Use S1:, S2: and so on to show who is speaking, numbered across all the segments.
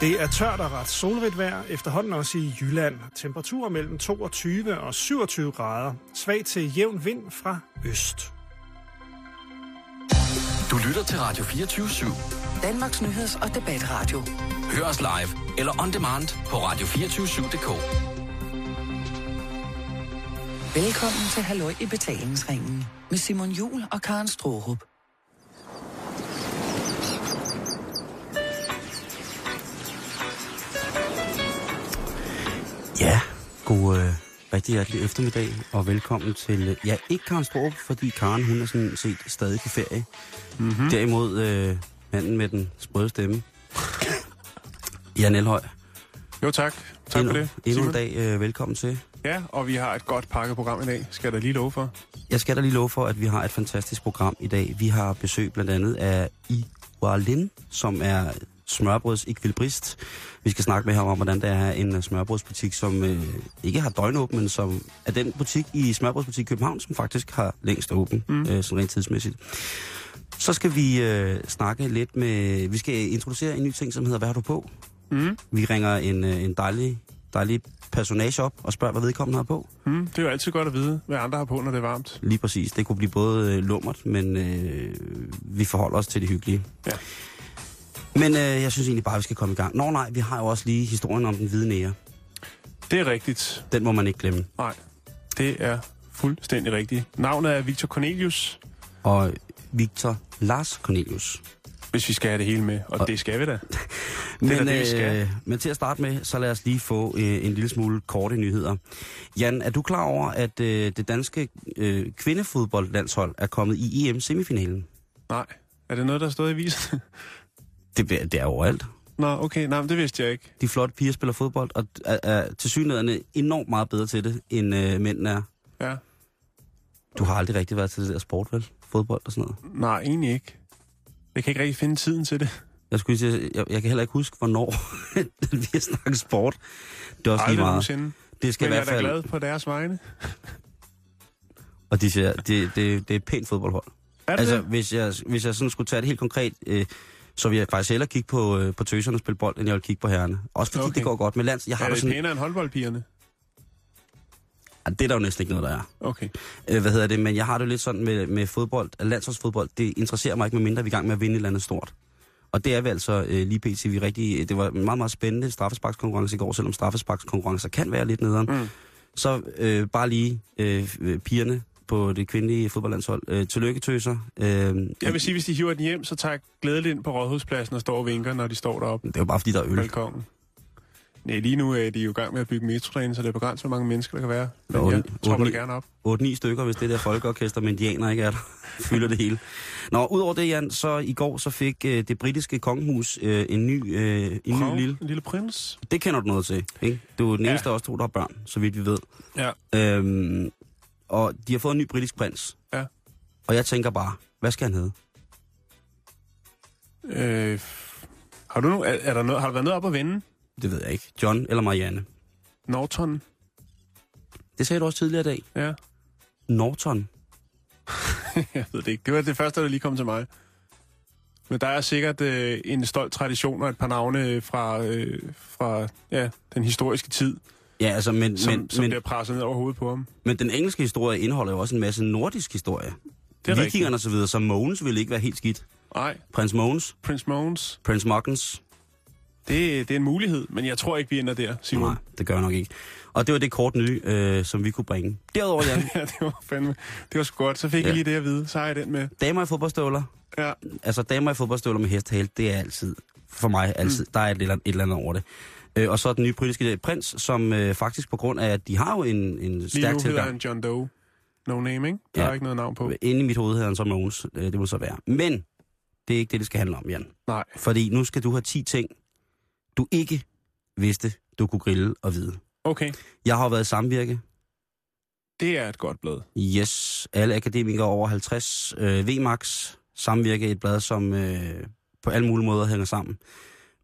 S1: Det er tørt og ret solrigt vejr, efterhånden også i Jylland. Temperaturer mellem 22 og 27 grader. Svag til jævn vind fra øst.
S2: Du lytter til Radio 24 /7.
S3: Danmarks Nyheds- og Debatradio.
S2: Hør os live eller on demand på radio247.dk.
S3: Velkommen til Halløj i betalingsringen med Simon Jul og Karen Strohrup.
S4: Ja, god øh, rigtig hjertelig eftermiddag, og velkommen til, øh, ja, ikke Karen Strohrup, fordi Karen, hun er sådan set stadig på ferie. Mm-hmm.
S5: Mhm.
S4: Derimod øh, manden med den sprøde stemme, Jan Elhøj.
S5: Jo tak. Tak
S4: endnu,
S5: for det.
S4: Endnu en
S5: Simon.
S4: dag øh, velkommen til.
S5: Ja, og vi har et godt pakket program i dag, skal jeg da lige love for.
S4: Jeg skal da lige love for, at vi har et fantastisk program i dag. Vi har besøg blandt andet af Iwa Lin, som er smørbrøds ekvilibrist. Vi skal snakke med ham om, hvordan der er en øh, smørbrødsbutik, som øh, ikke har døgnåben, men som er den butik i smørbrødsbutik i København, som faktisk har længst åben, mm. øh, sådan rent tidsmæssigt. Så skal vi øh, snakke lidt med... Vi skal introducere en ny ting, som hedder Hvad har du på?
S5: Mm.
S4: Vi ringer en, øh, en dejlig, dejlig personage op og spørger, hvad vedkommende har på.
S5: Mm. Det er jo altid godt at vide, hvad andre har på, når det er varmt.
S4: Lige præcis. Det kunne blive både øh, lummert, men øh, vi forholder os til det hyggelige.
S5: Ja.
S4: Men øh, jeg synes egentlig bare, at vi skal komme i gang. Nå nej, vi har jo også lige historien om den hvide nære.
S5: Det er rigtigt.
S4: Den må man ikke glemme.
S5: Nej, det er fuldstændig rigtigt. Navnet er Victor Cornelius,
S4: Og Victor Lars Cornelius.
S5: hvis vi skal have det hele med, og,
S4: Og-
S5: og... det skal vi da.
S4: Men,
S5: er da det, vi skal.
S4: øh, men til at starte med, så lad os lige få øh, en lille smule korte nyheder. Jan, er du klar over, at øh, det danske øh, kvindefodboldlandshold er kommet i E EM-semifinalen?
S5: Nej, er det noget, der er stået i avisen?
S4: Det, det er overalt.
S5: Nå, okay, nej, men det vidste jeg ikke.
S4: De flotte piger spiller fodbold, og er, er til synligheden enormt meget bedre til det, end øh, mændene er.
S5: Ja.
S4: Du har aldrig rigtig været til det der sport, vel? Fodbold og sådan noget.
S5: Nej, egentlig ikke. Jeg kan ikke rigtig finde tiden til det.
S4: Jeg, skulle lige til, at- jeg, jeg kan heller ikke huske, hvornår vi har snakket sport. Det er også
S5: Aldrig
S4: lige meget.
S5: nogensinde.
S4: Det skal i
S5: Men jeg er
S4: hvert
S5: da
S4: fald...
S5: glad på deres vegne.
S4: Og de siger, det, det, det er et pænt fodboldhold.
S5: Er det
S4: Altså,
S5: altså...
S4: hvis jeg, hvis jeg sådan skulle tage det helt konkret, øh, så ville jeg faktisk hellere kigge på, øh, på tøserne og spille bold, end jeg ville kigge på herrerne. Også fordi okay.
S5: Okay.
S4: det går godt med lands. Jeg har
S5: Er
S4: det,
S5: det
S4: sådan,
S5: pænere end håndboldpigerne?
S4: Ah, det er der jo næsten ikke noget, der er.
S5: Okay.
S4: Øh, hvad hedder det? Men jeg har det jo lidt sådan med, med fodbold, at landsholdsfodbold, det interesserer mig ikke, medmindre vi er i gang med at vinde et eller andet stort. Og det er vi altså øh, lige pt. Vi er rigtig, det var en meget, meget spændende straffesparkskonkurrence i går, selvom straffesparkskonkurrencer kan være lidt nederen. Mm. Så øh, bare lige øh, øh, pigerne på det kvindelige fodboldlandshold. Øh, tillykke, tøser. Øh,
S5: Jeg vil sige, hvis de hiver den hjem, så tager jeg glædeligt ind på rådhuspladsen og står og vinker, når de står deroppe
S4: Det er jo bare fordi, der er
S5: på
S4: øl.
S5: balkongen. Nej, lige nu er de jo i gang med at bygge metroen, så det er begrænset, hvor mange mennesker der kan være. Men
S4: Nå,
S5: jeg
S4: otte-
S5: tropper det
S4: otte-
S5: gerne op.
S4: 8-9 stykker, hvis det der folkeorkester med indianer ikke er der. Fylder det hele. Nå, udover det, Jan, så i går så fik øh, det britiske kongehus øh, en ny, øh, en ny
S5: Kong,
S4: lille
S5: lille prins.
S4: Det kender du noget til, ikke? Du er den
S5: Ja.
S4: eneste af os to, der har børn, så vidt vi ved.
S5: Ja.
S4: Øhm, og de har fået en ny britisk prins.
S5: Ja.
S4: Og jeg tænker bare, hvad skal han hedde?
S5: Øh, f- har, du nu, er, er der noget, har der været noget op at vende?
S4: Det ved jeg ikke. John eller Marianne.
S5: Norton?
S4: Det sagde du også tidligere i dag.
S5: Ja,
S4: Norton.
S5: jeg ved det ikke. Det var det første, der lige kom til mig. Men der er sikkert øh, en stolt tradition og et par navne fra, øh, fra ja, den historiske tid,
S4: Ja, altså, men,
S5: som,
S4: men,
S5: men, som
S4: men,
S5: bliver presset ned over hovedet på ham.
S4: men den engelske historie indeholder jo også en masse nordisk historie.
S5: Det er
S4: Vikingerne og så videre, så Mogens ville ikke være helt skidt.
S5: Nej,
S4: Prins Mogens,
S5: Prince Mons.
S4: prins Mogens,
S5: Det, det er en mulighed, men jeg tror ikke, vi ender der, Simon.
S4: nej, det gør jeg nok ikke. Og det var det kort nye, øh, som vi kunne bringe. Derudover, Jan,
S5: Ja, det var fandme. Det var sgu godt. Så fik
S4: Ja.
S5: ja. jeg lige det at vide. Så har jeg den med.
S4: damer i fodboldstøvler,
S5: Ja.
S4: altså damer i fodboldstøvler med hestehale, det er altid, for mig altid, mm. der er et eller, andet, et eller andet over det. Øh, og så den nye britiske prins, som øh, faktisk på grund af, at de har jo en, en
S5: Lige
S4: stærk
S5: nu hedder
S4: tilgang.
S5: han John Doe. No name, ikke? Der
S4: Ja.
S5: ja. er ikke noget navn på.
S4: Inde i mit hoved hedder han så Mogens, øh, det må så være. Men det er ikke det, det skal handle om, Jan.
S5: Nej.
S4: Fordi nu skal du have 10 ting, du ikke vidste, du kunne grille og vide.
S5: Okay.
S4: Jeg har jo været i samvirke.
S5: Det er et godt blad.
S4: Yes, alle akademikere over 50. Øh, VMAX, samvirke et blad, som øh, på alle mulige måder hænger sammen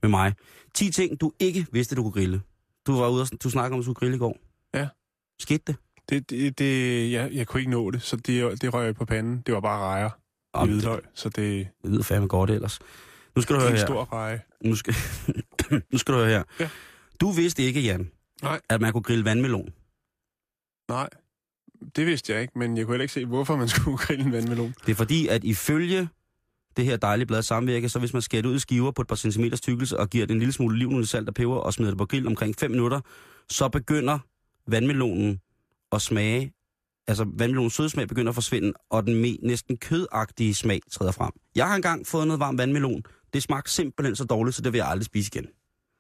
S4: med mig. 10 ting, du ikke vidste, du kunne grille. Du var ude og sn- du snakkede om, at du skulle grille i går.
S5: Ja.
S4: Skete det?
S5: Det, det, det jeg, jeg kunne ikke nå det, så det, det røg jeg på panden. Det var bare rejer i
S4: det,
S5: hvidløg, så det
S4: det lyder fandme godt ellers. Nu skal du
S5: er
S4: høre
S5: en
S4: her.
S5: stor reje.
S4: Nu skal... nu skal du høre her.
S5: Ja.
S4: Du vidste ikke, Jan,
S5: Nej.
S4: at man kunne grille vandmelon.
S5: Nej, det vidste jeg ikke, men jeg kunne heller ikke se, hvorfor man skulle grille en vandmelon.
S4: Det er fordi, at ifølge det her dejlige blad samvirke, så hvis man skærer det ud i skiver på et par centimeters tykkelse og giver det en lille smule livnende salt og peber og smider det på grill omkring 5 minutter, så begynder vandmelonen at smage, altså vandmelonens sødsmag begynder at forsvinde, og den me- næsten kødagtige smag træder frem. Jeg har engang fået noget varm vandmelon. Det smagte simpelthen så dårligt, så det vil jeg aldrig spise igen.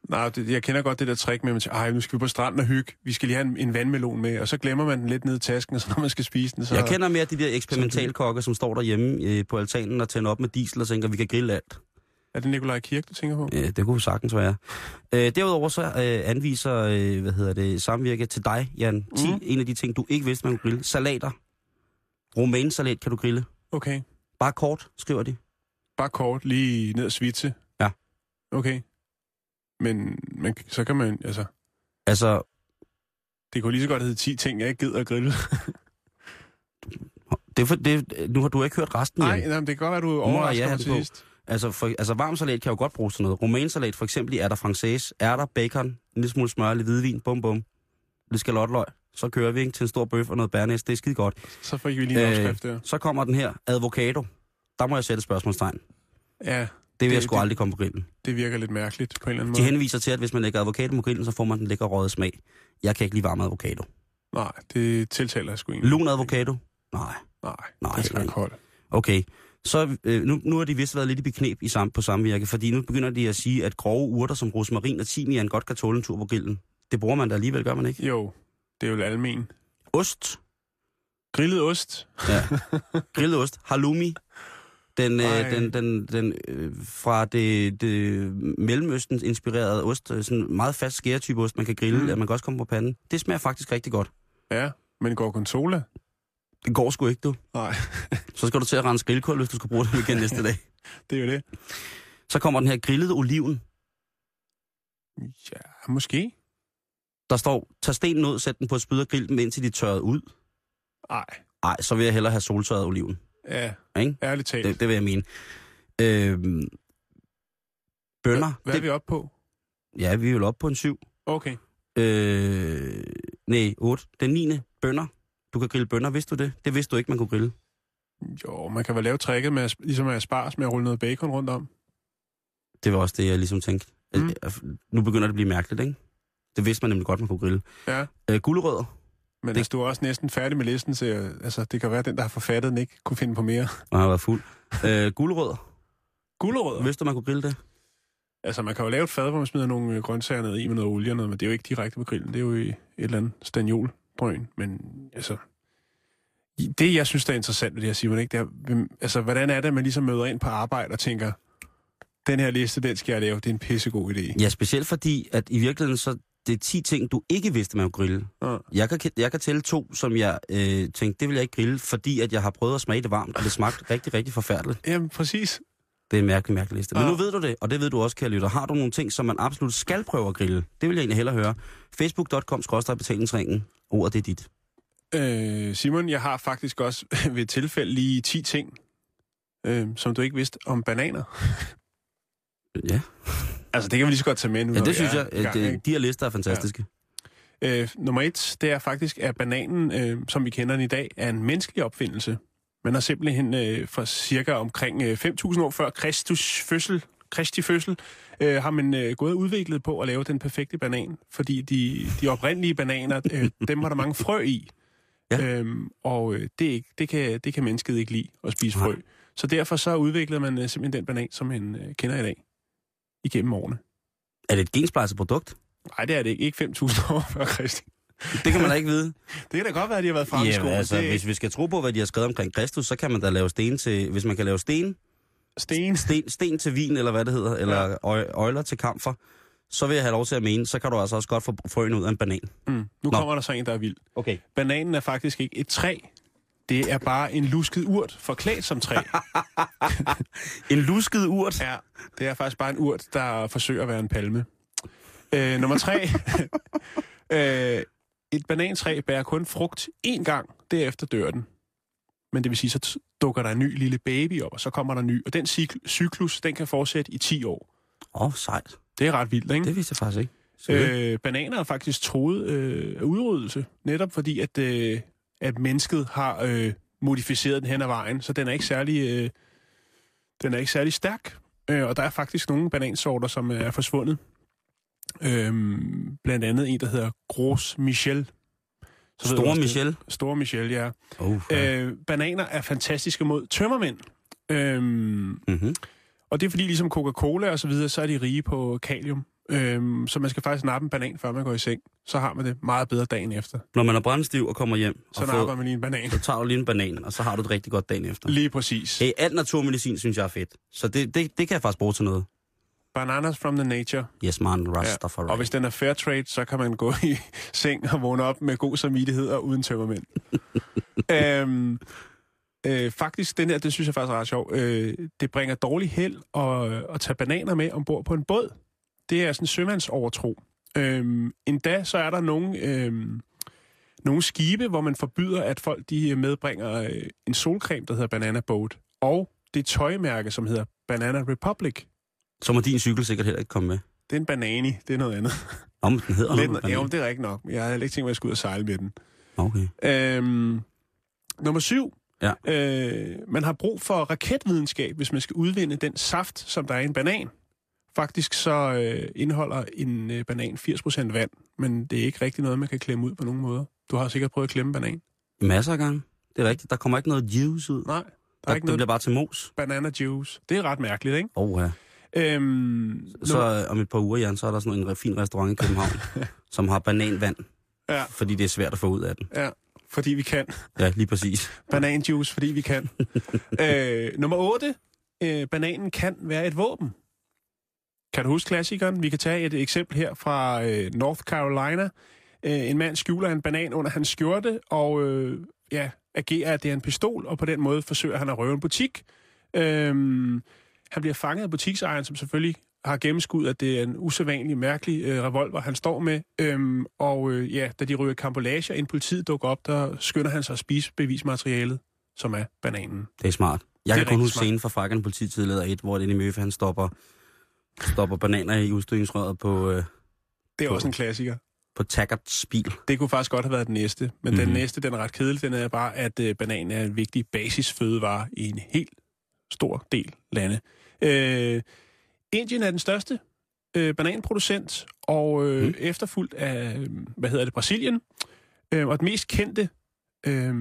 S5: Nej, det, jeg kender godt det der trick med, at man siger, "Ej, nu skal vi på stranden og hygge, vi skal lige have en, en vandmelon med, og så glemmer man den lidt ned i tasken, og så når man skal spise den, så...
S4: Jeg kender mere de der eksperimentalkokke, som står derhjemme øh, på altanen og tænder op med diesel og tænker, vi kan grille alt.
S5: Er det Nikolaj Kirk, du tænker på?
S4: Øh, det kunne sagtens være. Øh, derudover så øh, anviser, øh, hvad hedder det, samvirke til dig, Jan, 10,
S5: Mhm.
S4: en af de ting, du ikke vidste, man kunne grille. Salater. Romainsalat kan du grille.
S5: Okay.
S4: Bare kort, skriver de.
S5: Bare kort, lige ned og svitse.
S4: Ja.
S5: Okay. Men, men så kan man, altså,
S4: Altså,
S5: det kunne lige så godt hedde 10 ting, jeg ikke gider at grille.
S4: det er for, det, nu har du ikke hørt resten,
S5: Nej,
S4: Jan.
S5: nej, men det kan godt være, du
S4: og
S5: overrasker
S4: ja,
S5: mig
S4: han
S5: til
S4: på.
S5: sidst.
S4: Altså, for, altså varm salat kan jo godt bruges til noget. Romainsalat for eksempel i ærter française. Ærter, bacon, en lille smule smør, lidt hvidvin, bum bum. Lidt skalotløg. Så kører vi ikke til en stor bøf og noget bærnæs. Det er skide godt.
S5: Så fik vi lige en
S4: Øh,
S5: opskrift der.
S4: Så kommer den her, avocado. Der må jeg sætte et spørgsmålstegn.
S5: Ja,
S4: Det vil jeg
S5: Det-
S4: sgu
S5: det-
S4: aldrig komme på grillen.
S5: det virker lidt mærkeligt på en eller anden
S4: De
S5: måde.
S4: henviser til, at hvis man lægger avocado på grillen, så får man den lækre røde smag. Jeg kan ikke lide varm avocado.
S5: Nej, det tiltaler jeg sgu egentlig.
S4: Lun avocado? Nej.
S5: Nej,
S4: Nej,
S5: det
S4: heller
S5: skal
S4: ikke.
S5: ikke kold.
S4: Okay. Så øh, nu, nu har de vist været lidt i beknep i sam, på samvirke, fordi nu begynder de at sige, at grove urter som rosmarin og timian godt kan tåle en tur på grillen. Det bruger man da alligevel, gør man ikke?
S5: Jo, det er jo almen.
S4: Ost.
S5: Grillet ost.
S4: Grillet ost. Halloumi. Den, øh,
S5: Ej.
S4: den, den, den øh, fra det, det mellemøstens inspirerede ost, øh, sådan meget fast skæretype ost, man kan grille,
S5: Mm.
S4: mm. at man kan også komme på panden. Det smager faktisk rigtig godt.
S5: Ja, men går konsola?
S4: Det går sgu ikke, du.
S5: Nej,
S4: Så skal du til at rense grillkul, hvis du skal bruge det igen næste dag.
S5: det er jo det.
S4: Så kommer den her grillede oliven.
S5: Ja, måske.
S4: Der står, tag stenen ud, sæt den på et spyd og grill dem, indtil de er tørret ud.
S5: Nej,
S4: Nej, så vil jeg hellere have soltørret oliven.
S5: ja,
S4: Ikke?
S5: ærligt talt.
S4: Det, det vil jeg mene. Øhm, bønder.
S5: Hvad er vi oppe på?
S4: det, ja, vi er jo oppe på en syv.
S5: Okay.
S4: Øh, nej, otte. Den 9. bønder. Du kan grille bønder, vidste du det? Det vidste du ikke, man kunne grille.
S5: Jo, man kan vel lave tricket med, at- ligesom at spars med at rulle noget bacon rundt om.
S4: Det var også det, jeg ligesom tænkte.
S5: Mm.
S4: Mm. Nu begynder det at blive mærkeligt, ikke? Det vidste man nemlig godt, man kunne grille.
S5: Ja.
S4: Øh, gulerødder.
S5: Men det...
S4: Det-
S5: altså, du er også næsten færdig med listen, så jeg, altså, det kan være, at den, der har forfattet den, ikke kunne finde på mere.
S4: Og har været fuld. Øh, gulerødder.
S5: Gulerødder?
S4: Vidste du, man kunne grille det?
S5: Altså, man kan jo lave et fad, hvor man smider nogle øh, grøntsager ned i med noget olie og noget, men det er jo ikke direkte på grillen. Det er jo i et eller andet stagnol drøn. Men altså, i- det jeg synes, der er interessant ved det her, Simon, ikke? Det er, hvem- altså, hvordan er det, at man ligesom møder ind på arbejde og tænker, den her liste, den skal jeg lave, det er en pissegod idé.
S4: Ja, specielt fordi, at i virkeligheden så, det er 10 ting, du ikke vidste, man kunne grille.
S5: Ja.
S4: Jeg kan, jeg kan tælle to, som jeg øh, tænkte, det vil jeg ikke grille, fordi at jeg har prøvet at smage det varmt, og det smagte rigtig, rigtig forfærdeligt.
S5: Jamen, præcis.
S4: Det er en mærkelig, mærkelig liste. Men
S5: Ja.
S4: nu ved du det, og det ved du også, kære lytter. Har du nogle ting, som man absolut skal prøve at grille? Det vil jeg egentlig hellere høre. Facebook.com-betalingsringen. Ordet, det er dit.
S5: Øh, Simon, jeg har faktisk også ved et tilfælde lige 10 ting, øh, som du ikke vidste om bananer.
S4: Ja,
S5: Altså, det kan vi lige så godt tage med nu.
S4: ja
S5: når vi
S4: det synes
S5: er
S4: jeg.
S5: i
S4: At,
S5: gang,
S4: øh,
S5: ikke?
S4: de her lister er fantastiske.
S5: Øh, nummer et, det er faktisk, at bananen, øh, som vi kender den i dag, er en menneskelig opfindelse. Man har simpelthen øh, fra cirka omkring øh, 5.000 år før Kristus fødsel, Kristi fødsel, øh, har man øh, gået og udviklet på at lave den perfekte banan. Fordi de, de oprindelige bananer, øh, dem var der mange frø i.
S4: Ja.
S5: Øhm, og øh, det, er ikke, det, kan, det kan mennesket ikke lide at spise frø.
S4: Nej.
S5: Så derfor så udviklede man øh, simpelthen den banan, som man øh, kender i dag, igennem årene.
S4: Er det et gensplejset produkt?
S5: Nej, det er det ikke. Ikke 5.000 år før Kristi.
S4: Det kan man da ikke vide.
S5: Det kan da godt være, at de har været fremme i
S4: Jamen,
S5: skolen.
S4: altså,
S5: det er
S4: hvis vi skal tro på, hvad de har skrevet omkring Kristus, så kan man da lave sten til... Hvis man kan lave sten
S5: sten.
S4: sten, sten til vin, eller hvad det hedder, eller
S5: Ja.
S4: ja. øjler til kamfer, så vil jeg have lov til at mene, så kan du altså også godt få frøen ud af en banan.
S5: Mm. Nu
S4: Nå.
S5: Nå. kommer der så en, der er vild.
S4: Okay.
S5: Bananen er faktisk ikke et træ. Det er bare en lusket urt, forklædt som træ.
S4: En lusket urt.
S5: ja, det er faktisk bare en urt, der forsøger at være en palme. Øh, nummer tre. øh, et banantræ bærer kun frugt én gang, derefter dør den. Men det vil sige, så t- dukker der en ny lille baby op, og så kommer der en ny. Og den cik- cyklus, den kan fortsætte i 10 år.
S4: Åh, oh, sejt.
S5: Det er ret vildt, ikke?
S4: Det vidste jeg faktisk ikke. Så, øh,
S5: Øh, bananer er faktisk troet øh, af udryddelse, netop fordi, at, øh, at mennesket har øh, modificeret den hen ad vejen, så den er ikke særlig, øh, den er ikke særlig stærk. Øh, og der er faktisk nogle banansorter, som er forsvundet. Øh, blandt andet en, der hedder Gros Michel. Så ved du
S4: Store
S5: også det.
S4: Michel.
S5: Store Michel, ja.
S4: Oh, øh,
S5: Øh, bananer er fantastiske mod tømmermænd. Øhm,
S4: mm-hmm.
S5: og det er fordi, ligesom Coca-Cola og så videre, så er de rige på kalium. Øhm, så man skal faktisk nappe en banan, før man går i seng. Så har man det meget bedre dagen efter.
S4: Når man er brændstiv og kommer hjem,
S5: Så
S4: og
S5: napper
S4: får,
S5: man lige en banan.
S4: så tager du lige en banan, og så har du det rigtig godt dagen efter.
S5: Lige præcis.
S4: Hey, alt naturmedicin synes jeg er fedt. Så det, det, det kan jeg faktisk bruge til noget.
S5: Bananas from the nature.
S4: Yes, man,
S5: Ja.
S4: Rastafari.
S5: Og hvis den er fair trade, så kan man gå i seng og vågne op med god samvittighed og uden tømmermænd. øhm, øh, faktisk, den her, det synes jeg faktisk er ret sjov. Øh, det bringer dårlig held at, at tage bananer med ombord på en båd. Det er sådan en sømandsovertro. Øhm, endda så er der nogle, øhm, nogle skibe, hvor man forbyder, at folk de medbringer øh, en solcreme, der hedder Banana Boat, og det tøjmærke, som hedder Banana Republic.
S4: Så må din cykel sikkert heller ikke komme med.
S5: Det er en banani, det er noget andet.
S4: Om den hedder
S5: Lidt,
S4: noget med
S5: noget- jo,
S4: banan.
S5: men det er rigtigt nok. Jeg havde heller ikke tænkt mig, at jeg skulle ud og sejle med den.
S4: Okay.
S5: Øhm, nummer syv.
S4: Ja.
S5: Øh, man har brug for raketvidenskab, hvis man skal udvinde den saft, som der er i en banan. Faktisk så øh, indeholder en øh, banan 80% vand, men det er ikke rigtig noget, man kan klemme ud på nogen måde. Du har sikkert prøvet at klemme banan.
S4: Masser af gange. Det er rigtigt. Der kommer ikke noget juice ud.
S5: Nej, der er
S4: Der,
S5: ikke
S4: det
S5: noget
S4: bliver bare til mos.
S5: banana juice. Det er ret mærkeligt, ikke?
S4: Oh, ja.
S5: Øhm,
S4: Så øh, om et par uger, Jan, så er der sådan en re- fin restaurant i København, som har bananvand.
S5: Ja.
S4: Fordi det er svært at få ud af den.
S5: ja, fordi vi kan.
S4: Ja, lige præcis.
S5: Bananjuice, fordi vi kan. øh, nummer 8. Øh, bananen kan være et våben. Kan du huske klassikeren? Vi kan tage et eksempel her fra øh, North Carolina. Øh, en mand skjuler en banan under hans skjorte, og øh, ja, agerer, at det er en pistol, og på den måde forsøger han at røve en butik. Øh, han bliver fanget af butiksejeren, som selvfølgelig har gennemskudt, at det er en usædvanlig, mærkelig øh, revolver, han står med. Øhm, og øh, ja, da de ryger kampolager, inden politiet dukker op, der skynder han sig at spise bevismaterialet, som er bananen.
S4: Det er smart. Jeg
S5: Det
S4: det
S5: er
S4: kan kun
S5: rigtig
S4: huske
S5: smart.
S4: scenen fra Frakken polititidleder 1, hvor Lenny Møffe, han stopper, stopper bananer i udstødningsrøret på, øh,
S5: Det er også en klassiker.
S4: på Taggarts bil.
S5: Det kunne faktisk godt have været den næste, men mm-hmm. den
S4: Mhm.
S5: næste, den er ret kedelig, den er bare, at øh, bananen er en vigtig basisfødevare i en helt stor del lande. Øh, Indien er den største øh, bananproducent, og øh,
S4: Mm.
S5: mm. efterfulgt af, øh, hvad hedder det, Brasilien. Øh, og den mest kendte øh,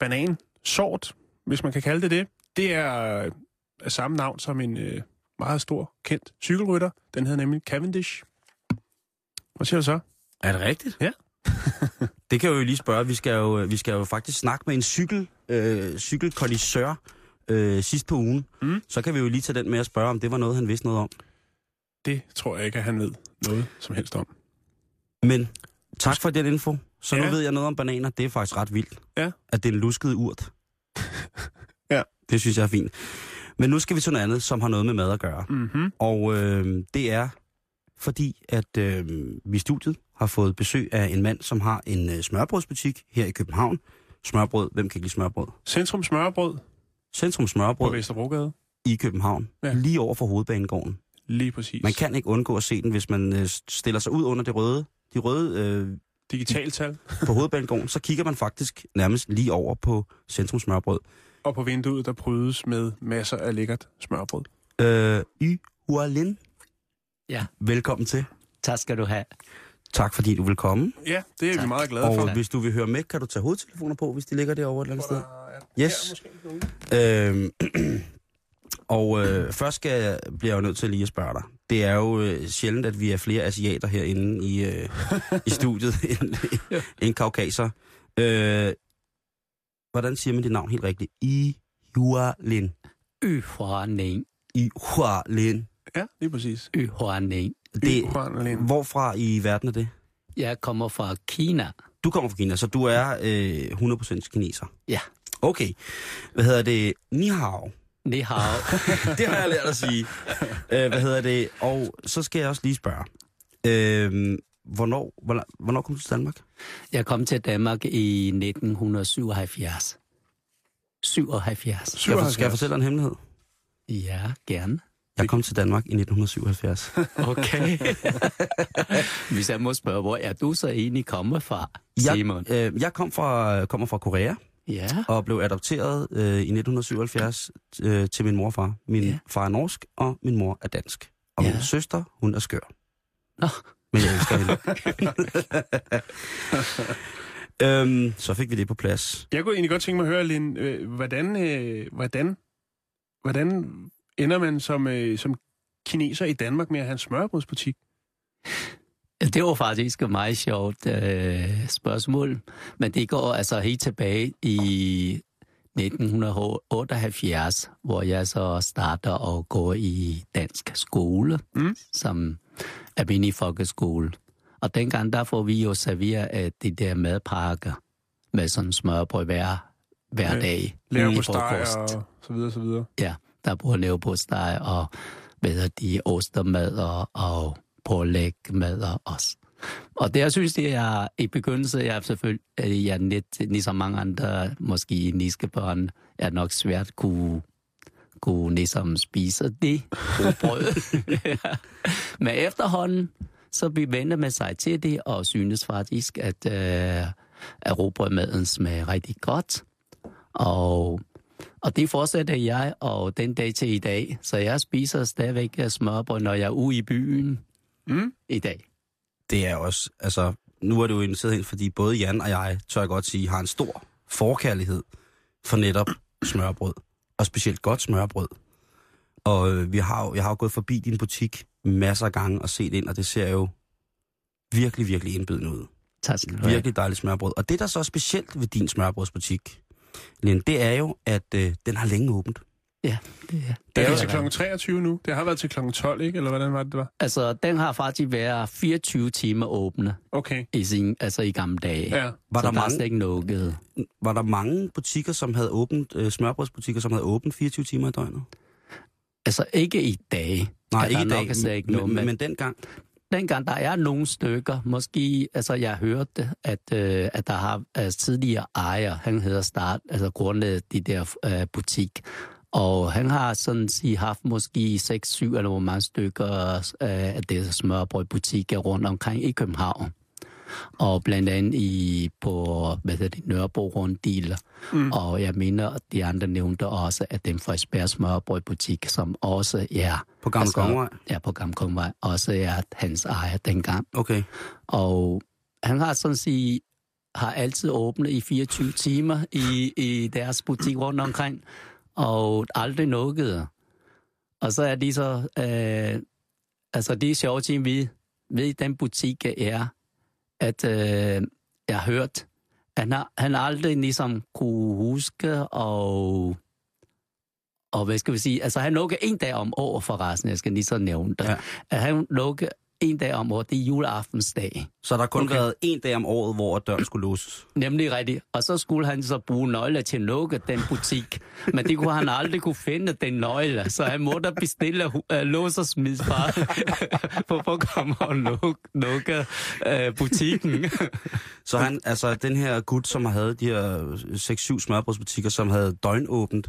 S5: banansort, hvis man kan kalde det det, det er øh, af samme navn som en øh, meget stor, kendt cykelrytter. Den hedder nemlig Cavendish. Hvad siger du så?
S4: Er det rigtigt?
S5: Ja.
S4: det kan jeg jo lige spørge. Vi skal jo, vi skal jo faktisk snakke med en cykel, øh, cykelkollisseur øh, sidst på ugen.
S5: Mm.
S4: Så kan vi jo lige tage den med at spørge, om det var noget, han vidste noget om.
S5: Det tror jeg ikke, at han ved noget som helst om.
S4: Men tak for den info. Så ja.
S5: Ja.
S4: nu ved jeg noget om bananer. Det er faktisk ret vildt.
S5: Ja.
S4: At det er en lusket urt.
S5: Ja.
S4: Det synes jeg er fint. Men nu skal vi til noget andet, som har noget med mad at gøre.
S5: Mm-hmm.
S4: Og øh, det er fordi, at øh, vi i studiet har fået besøg af en mand, som har en øh, smørbrødsbutik her i København. Smørbrød, hvem kan ikke lide smørbrød?
S5: Centrum Smørbrød
S4: Centrum
S5: på
S4: Smørbrød
S5: Vesterbrogade.
S4: i København,
S5: Ja.
S4: ja. lige over for hovedbanegården.
S5: Lige præcis.
S4: Man kan ikke undgå at se den, hvis man øh, stiller sig ud under det røde, de røde øh,
S5: Digitaltal
S4: på hovedbanegården, så kigger man faktisk nærmest lige over på Centrum Smørbrød.
S5: og på vinduet, der prydes med masser af lækkert smørbrød.
S4: Øh, y Hualin,
S3: Ja,
S4: velkommen til.
S3: tak skal du have.
S4: Tak fordi du vil komme.
S5: Ja, det er tak. vi meget glade for.
S4: Og hvis du vil høre med, kan du tage hovedtelefoner på, hvis de ligger derovre et eller andet sted. Yes.
S5: måske
S4: Øhm, og øh, først skal, bliver jeg jo nødt til lige at spørge dig. Det er jo øh, sjældent, at vi er flere asiater herinde i, øh, i studiet end, end kaukaser. Øh, hvordan siger man dit navn helt rigtigt? I Hualin.
S3: Øhorning,
S4: I Hualin.
S5: Ja, lige præcis.
S3: øhorning.
S4: Det,
S5: Ukraine.
S4: hvorfra i verden er det?
S3: Jeg kommer fra Kina.
S4: Du kommer fra Kina, så du er øh, 100% kineser.
S3: Ja.
S4: Okay. Hvad hedder det? Ni hao.
S3: Ni hao.
S4: det har jeg lært at sige. Øh, hvad hedder det? Og så skal jeg også lige spørge. Øh, hvornår, hvornår, hvornår kom du til Danmark?
S3: Jeg kom til Danmark i 1977. 77.
S4: Skal jeg, for- skal jeg fortælle dig en hemmelighed?
S3: Ja, gerne.
S4: Jeg Jeg kom til Danmark i 1977.
S6: Okay. Hvis jeg må spørge, hvor er du så egentlig kommet fra, Simon?
S4: Jeg, øh, jeg kom fra, kommer fra Korea
S6: Ja.
S4: og blev adopteret øh, i 1977 øh, til min mor og far. Min
S6: Ja.
S4: yeah. far er norsk, og min mor er dansk. Og yeah.
S6: Ja.
S4: min søster, hun er skør.
S6: Nå.
S4: Men jeg elsker hende. øhm, så fik vi det på plads.
S5: Jeg kunne egentlig godt tænke mig at høre, Lind, øh, hvordan, øh, hvordan, hvordan ender man som, øh, som kineser i Danmark med at have en smørbrødsbutik?
S6: Det var faktisk et meget sjovt øh, spørgsmål, men det går altså helt tilbage i 1978, hvor jeg så starter at gå i dansk skole,
S5: Mm.
S6: mm. som almindelig folkeskole. Og dengang der får vi jo serveret af de der madpakker med sådan smørbrød hver, hver
S5: Ja.
S6: dag.
S5: Lærer
S6: i
S5: på steg
S6: frokost.
S5: og så videre, så videre.
S6: der bruger leverpostej og hvad hedder de ostermad og, og pålæg med og os. Og det, jeg synes, det er i begyndelsen, jeg er selvfølgelig, øh, jeg er lidt, ligesom mange andre, måske niske børn, er nok svært kunne kunne ligesom spise det gode brød. Men efterhånden, så bevender man sig til det, og synes faktisk, at, øh, at råbrødmaden smager rigtig godt. Og og det fortsætter jeg, og den dag til i dag. Så jeg spiser stadigvæk smørbrød, når jeg er ude i byen
S5: Mm.
S6: i dag.
S4: Det er også, altså, nu er du inviteret hen, fordi både Jan og jeg, tør jeg godt sige, har en stor forkærlighed for netop smørbrød. Og specielt godt smørbrød. Og øh, vi har, jo- jeg har jo gået forbi din butik masser af gange og set ind, og det ser jo virkelig, virkelig indbydende ud.
S6: Tak skal du have.
S4: Virkelig dejligt smørbrød. Og det, der så er specielt ved din smørbrødsbutik, Lene, det er jo, at øh, den har længe åbent.
S6: Det er-
S5: Det er
S6: jo-
S5: jo til kl. 23 nu. Det har været til kl. 12, ikke? Eller hvordan var det, det var?
S6: Altså, den har faktisk været 24 timer åbne
S5: Okay.
S6: i, sin, altså i gamle dage.
S5: Ja.
S4: Var
S6: så
S4: der,
S6: der, er
S4: mange,
S6: slet ikke lukket.
S4: var der mange butikker, som havde åbent, øh, smørbrødsbutikker, som havde åbent 24 timer i døgnet?
S6: Altså ikke i dag.
S4: Nej,
S6: Ja,
S4: ikke i
S6: der er nok
S4: dag,
S6: altså ikke
S4: men,
S6: noget,
S4: men,
S6: men-
S4: men dengang.
S6: Dengang der er nogle stykker, måske, altså jeg hørte, at, øh, at der har altså, tidligere ejer, han hedder Start, altså grundlaget de der øh, butik, og han har sådan sige haft måske 6-7 eller hvor mange stykker øh, af det smørbrødbutikker rundt omkring i København. Og blandt andet i, på hvad hedder det, Nørrebro Runddel. Mm. Og jeg mener, at de andre nævnte også, at den Frederiksberg Smørbrødbutik, som også ja,
S4: På Gamle
S6: Altså-
S4: Kongevej?
S6: Ja, på Gamle Kongevej. Også er hans ejer dengang.
S4: Okay.
S6: Og han har sådan sige, har altid åbnet i 24 timer i, i deres butik rundt omkring, og aldrig lukket. Og så er de så, øh, altså det er sjove ting ved, ved den butik er, at øh, jeg har hørt, at han, har, han aldrig ligesom kunne huske og og hvad skal vi sige, altså han lukker en dag om året for resten, jeg skal lige så nævne det.
S4: Ja.
S6: Ja. At han lukker en dag om året, det er juleaftensdag.
S4: Så der har kun
S6: Okay.
S4: okay. været en dag om året, hvor døren skulle låses.
S6: Nemlig rigtigt. Og så skulle han så bruge nøgler til at lukke den butik. Men det kunne han aldrig kunne finde, den nøgle. Så han måtte bestille uh, lås og smid fra, for at komme og lukke, lukke uh, butikken.
S4: Så han, altså den her gut, som havde de her 6-7 smørbrødsbutikker, som havde døgnåbent,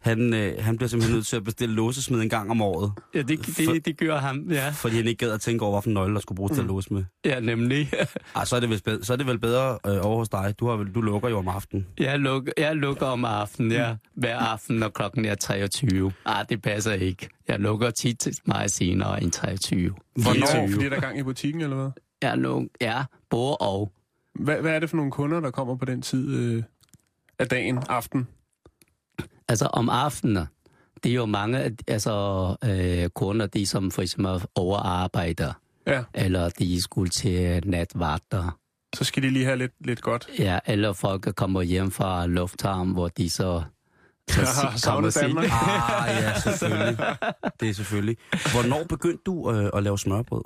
S4: han, øh, han bliver simpelthen nødt til at bestille låsesmed en gang om året,
S6: ja, det, det, det gør ham. Ja,
S4: fordi han ikke gad at tænke over, hvilken nøgle, der skulle bruges til at
S6: Mm.
S4: låse med.
S6: ja nemlig.
S4: Ej, så er det vel, bedre, så er det vel bedre øh, over hos dig. Du, har, vel- du lukker jo om aftenen.
S6: Jeg lukker, jeg lukker om aftenen, ja. Hver aften, når klokken er 23. Ah, det passer ikke. Jeg lukker tit meget senere end 23.
S5: Hvornår?
S6: 24.
S5: Fordi der er gang i butikken, eller hvad?
S6: Jeg lukker, ja, både og.
S5: Hvad, hvad er det for nogle kunder, der kommer på den tid øh, af dagen, aften?
S6: Altså om aftenen, det er jo mange af- altså, øh, kunder, de som for eksempel overarbejder,
S5: Ja,
S6: eller de skulle til natvagter,
S5: så skal de lige have lidt, lidt godt.
S6: ja, eller folk der kommer hjem fra lufthavn, hvor de så... så
S5: Jeg
S6: si-
S5: har
S6: kommer
S5: savnet
S6: sig-
S5: Danmark.
S4: Ah, ja, selvfølgelig. Det er selvfølgelig. Hvornår begyndte du øh, at lave smørbrød?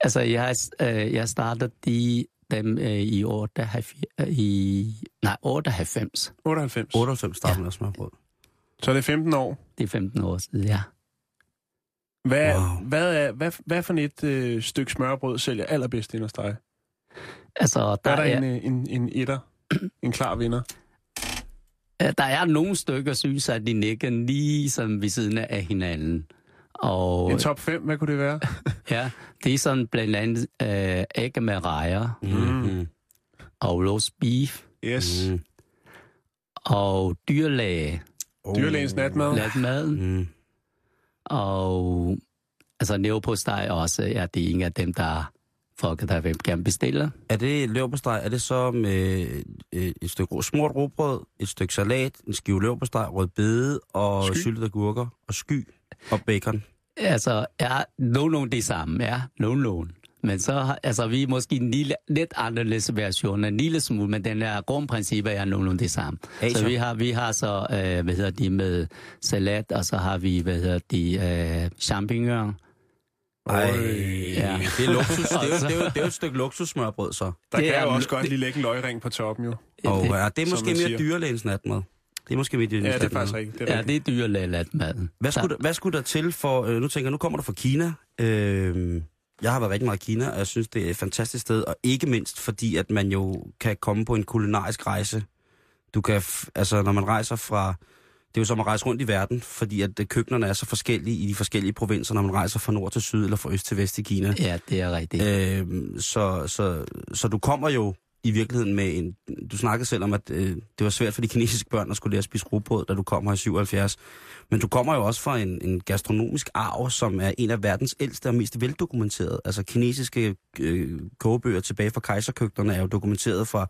S6: Altså jeg, øh, jeg startede de, dem øh, i, 98, i nej, 98,
S5: 98.
S4: 98 startede med at smørbrød.
S5: Så er det 15 år.
S6: det er 15 år siden, ja.
S5: Hvad,
S4: Wow.
S5: hvad, er, hvad, hvad for et øh, stykke smørbrød sælger allerbedst ind hos dig?
S6: Altså,
S5: Der er der en, øh, en, en etter, en klar vinder.
S6: Øh, Der er nogle stykker, synes jeg, at de ligger lige som ved siden af hinanden. Og
S5: En top 5, hvad kunne det være?
S6: ja, det er sådan blandt andet øh, ægge med rejer
S4: Mm.
S6: og roast beef
S5: Yes.
S4: Mm.
S6: og dyrlæge,
S4: Oh.
S5: Øh, Dyrlægens natmad.
S6: natmaden
S4: Mm.
S6: og altså leverpostej også. Ja, det er en af dem, der folk, der vil gerne bestille.
S4: Er det leverpostej, er det så med øh, et stykke ro- smurt råbrød, et stykke salat, en skive leverpostej, rødbede og
S5: Sky.
S4: syltede agurker og sky og bacon?
S6: Altså, ja, nogenlunde det samme, ja, nogenlunde. Men så, har- altså, vi er måske en lille, lidt anderledes version, en lille smule, men den der grundprincipper er nogenlunde det samme.
S4: Asia.
S6: Så vi har, vi har så, øh, hvad hedder de, med salat, og så har vi, hvad hedder de, øh, champignon.
S4: Ej,
S6: Ja.
S4: det er luksus. Det er, jo, det, er jo, det er jo et stykke luksussmørbrød, så.
S5: Der
S6: Det
S5: kan
S6: er-
S5: jo også godt lige lægge en løgring på toppen, jo.
S4: Og ja, det er
S5: Som
S4: måske
S5: man
S4: mere
S5: siger.
S4: dyrlægens natmad. Det er måske mere dyrlægens
S5: Ja, det er
S4: natmad.
S5: faktisk rigtigt. Det er
S6: Ja,
S5: rigtigt.
S6: det er dyrlægelat mad.
S4: Hvad skulle, der, hvad skulle der til for, øh, nu tænker jeg, nu kommer du fra Kina. Øh, jeg har været rigtig meget i Kina, og jeg synes, det er et fantastisk sted. Og ikke mindst fordi, at man jo kan komme på en kulinarisk rejse. Du kan, f- altså når man rejser fra, det er jo som at rejse rundt i verden, fordi at øh, køkkenerne er så forskellige i de forskellige provinser, når man rejser fra nord til syd eller fra øst til vest i Kina.
S6: Ja, det er rigtigt.
S4: Øh, så, så, så du kommer jo i virkeligheden med en... Du snakkede selv om, at øh, det var svært for de kinesiske børn at skulle lære at spise rugbrød, da du kom her i 77. Men du kommer jo også fra en, en gastronomisk arv, som er en af verdens ældste og mest veldokumenterede. Altså kinesiske øh, kogebøger tilbage fra kejserkøkkenerne er jo dokumenteret fra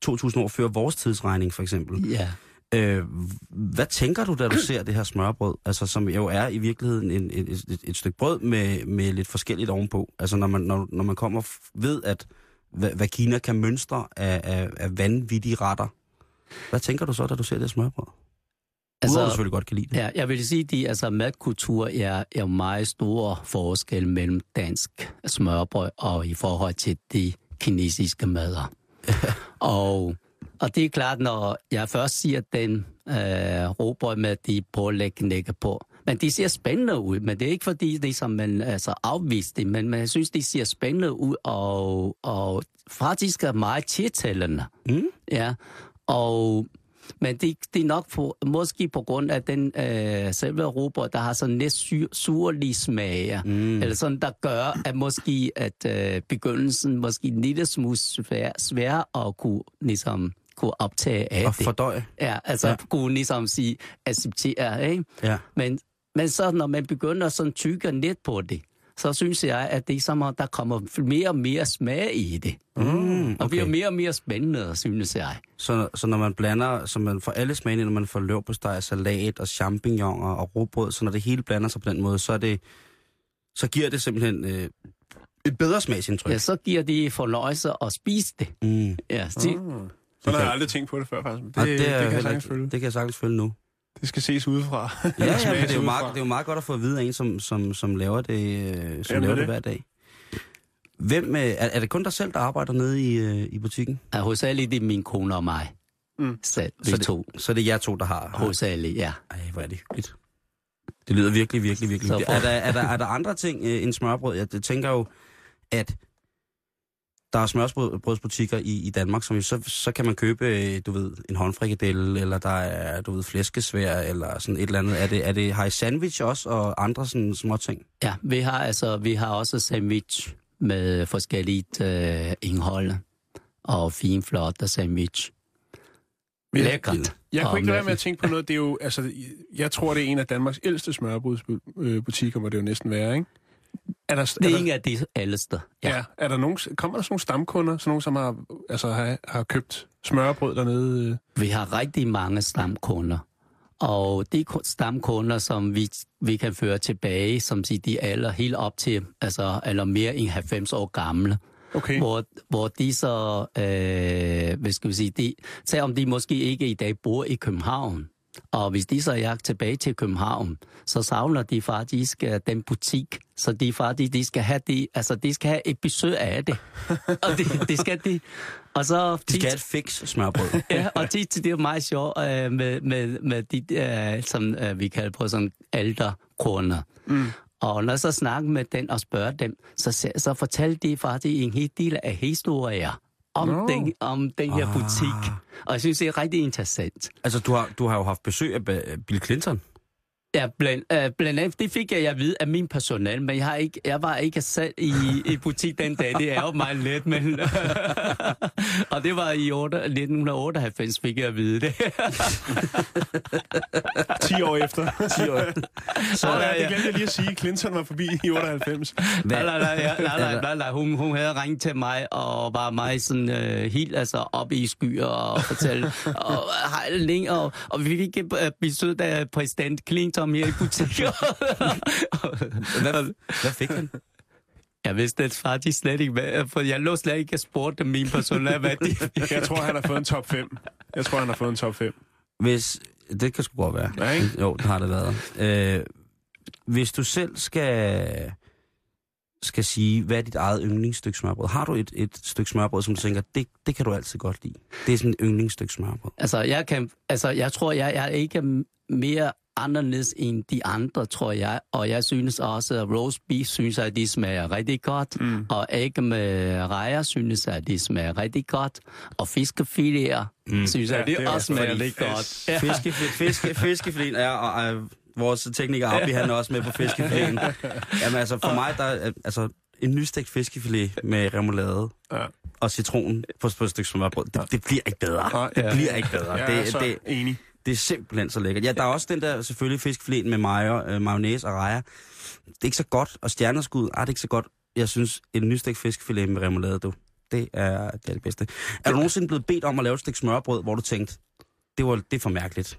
S4: 2000 år før vores tidsregning, for eksempel.
S6: Ja.
S4: Øh, hvad tænker du, da du ser det her smørbrød? Altså, som jo er i virkeligheden en, en, et, et- et stykke brød med, med lidt forskelligt ovenpå. Altså, når man, når, når man kommer f- ved, at hvad, hvad Kina kan mønstre af, af, af vanvittige retter. Hvad tænker du så, da du ser det her smørbrød? Altså, Udover, at du selvfølgelig godt kan lide det.
S6: Ja, jeg vil sige, at altså, madkultur er, er meget stor forskel mellem dansk smørbrød og i forhold til de kinesiske mader. og, og det er klart, når jeg først siger den øh, råbrød med de pålæg lægger på, men de ser spændende ud, men det er ikke fordi, det er som man altså, afvist det, men men jeg synes, de ser spændende ud, og, og faktisk er meget tiltalende.
S4: Mm.
S6: Ja, og, men det, det er nok på, måske på grund af den øh, selve robot, der har sådan lidt syr, surlig smag, mm. eller sådan, der gør, at måske at øh, begyndelsen måske en lille smule svær, svær at kunne, ligesom, kunne optage af
S4: Og
S6: det.
S4: fordøje.
S6: Ja, altså
S4: Ja.
S6: ja. kunne ligesom sige, acceptere, ikke?
S4: Ja.
S6: Men, men så når man begynder sådan tykke lidt på det, så synes jeg, at det er som om, der kommer mere og mere smag i det.
S4: Mm,
S6: Og bliver
S4: okay.
S6: mere og mere spændende, synes jeg.
S4: Så, så når man blander, så man får alle smagene, når man får løvpostej, salat og champignoner og råbrød, så når det hele blander sig på den måde, så er det så giver det simpelthen øh, et bedre smagsindtryk.
S6: Ja, så giver de fornøjelse at spise det.
S4: Mm.
S6: Ja, de,
S5: Sådan har jeg aldrig tænkt på det før, faktisk. Det,
S4: Og
S5: det, det
S4: er
S5: kan
S4: heller
S5: jeg sagtens
S4: ikke-
S5: følge.
S4: Det kan jeg sagtens følge nu.
S5: Det skal ses udefra.
S4: Ja, ja, men
S5: smages
S4: det er, jo meget,
S5: udefra.
S4: det er jo meget godt at få at vide af en, som, som, som laver det, øh, som
S5: Jamen, det er
S4: laver det.
S5: det.
S4: hver dag. Hvem, øh, er, er det kun dig selv, der arbejder nede i, øh, i butikken?
S6: er hovedsageligt det er min kone og mig.
S5: Mm.
S6: Mm. Selv, vi
S4: Så det-
S6: to.
S4: Så er det jer to, der har.
S6: Hovedsageligt, ja.
S4: Ej, hvor er det hyggeligt. Det lyder virkelig, virkelig, virkelig
S6: Så
S4: hyggeligt.
S6: får-
S4: Er der, er, der, er der andre ting øh, end smørbrød? Jeg det tænker jo, at der er smørbrødsbutikker i, i Danmark, som jo så, så kan man købe, øh, du ved, en håndfrikadelle, eller der er, du ved, flæskesvær, eller sådan et eller andet. Er det, er det, har I sandwich også, og andre sådan små ting?
S6: Ja, vi har, altså, vi har også sandwich med forskelligt øh, indhold. Og fin, flot sandwich.
S5: Men jeg-
S6: Lækkert.
S5: Jeg kunne
S6: Og
S5: ikke lade være med at tænke på noget. Det er jo, altså, jeg tror, det er en af Danmarks ældste smørbrødsbutikker, må det jo næsten være, ikke? Er der, er
S6: Det er
S5: der,
S6: ingen af de ældste. Ja.
S5: ja. er der nogen, kommer der sådan nogle stamkunder, sådan nogen, som har, altså, har, har købt smørbrød dernede? øh?
S6: Vi har rigtig mange stamkunder. Og de ku- stamkunder, som vi, vi kan føre tilbage, som siger, de er alder helt op til, altså, eller mere end 90 år gamle,
S5: Okay.
S6: hvor, hvor de så, øh, hvad skal vi sige, de, selvom de måske ikke i dag bor i København, og hvis de så er tilbage til København, så savner de faktisk øh, den butik, så de faktisk, de skal have, de, altså, de skal have et besøg af det. Og det, det skal de. Og så
S4: De skal have et fix smørbrød.
S6: ja, og tit det er meget sjovt øh, med, med, med de, øh, som øh, vi kalder på sådan ældrekunder. Mm. Og når jeg så snakker med den og spørger dem, så, se- så fortæller de faktisk en hel del af historier om,
S5: Nå.
S6: no. den, om den her
S4: Ah.
S6: butik. Og jeg synes, det er rigtig interessant.
S4: altså, du har, du har jo haft besøg af Ba- Bill Clinton.
S6: Ja, blandt, øh, blandt andet, det fik jeg at vide af min personal, men jeg, har ikke, jeg var ikke selv i, i butik den dag. Det er jo meget let, men... og det var i 8, 1998, fik jeg at vide det.
S5: 10 år efter.
S4: 10 år.
S5: Så
S6: ja,
S5: ja,
S6: ja.
S5: det glemte jeg lige at sige. Clinton var forbi i 98.
S6: Nej, nej, nej, ja, nej, nej, nej, nej. Hun, hun havde ringet til mig og var mig sådan øh, helt altså op i skyer og fortalte, og, hej, længe, og, og vi fik øh, besøg af præsident Clinton her i butikken.
S4: Hvad, hvad fik han?
S6: jeg vidste det faktisk slet ikke, hvad, for jeg lå slet ikke at spurgte min personale, hvad de
S5: Jeg tror, han har fået en top 5. Jeg tror, han har fået en top 5.
S4: Hvis, det kan sgu godt være.
S5: Ja, ikke?
S4: Jo, det har det været. Øh, hvis du selv skal, skal sige, hvad er dit eget yndlingsstykke smørbrød? Har du et, et stykke smørbrød, som du tænker, det, det kan du altid godt lide? Det er sådan et yndlingsstykke smørbrød.
S6: Altså, jeg, kan, altså, jeg tror, jeg, jeg er ikke m- mere anderledes end de andre, tror jeg. Og jeg synes også, at roast beef, synes jeg, de smager rigtig godt. Mm. Og æg med rejer, synes jeg, de smager rigtig godt. Og fiskefiléer, mm. synes jeg, ja, det, det også smager rigtig godt. Ja.
S4: Fiske, fiske, fiskeflin er, og, og vores tekniker Abi, han er også med på fiskeflin. Jamen altså, for mig, der er altså, en nystegt fiskefilet med remoulade
S5: Ja.
S4: og citron på, på et stykke smørbrød, det, det bliver ikke bedre.
S5: Nej.
S4: Det bliver ikke bedre.
S5: Jeg er
S4: det,
S5: så
S4: det,
S5: enig.
S4: Det er simpelthen så lækkert. Ja, der er også den der selvfølgelig fiskfiléen med mayo, øh, mayonnaise og rejer. Det er ikke så godt, og stjerneskud, ej, det er ikke så godt. Jeg synes, en nystegt fiskefilet med remoulade, du, det er det, er det bedste. Er du nogensinde blevet bedt om at lave et stykke smørbrød, hvor du tænkte, det var det er for mærkeligt?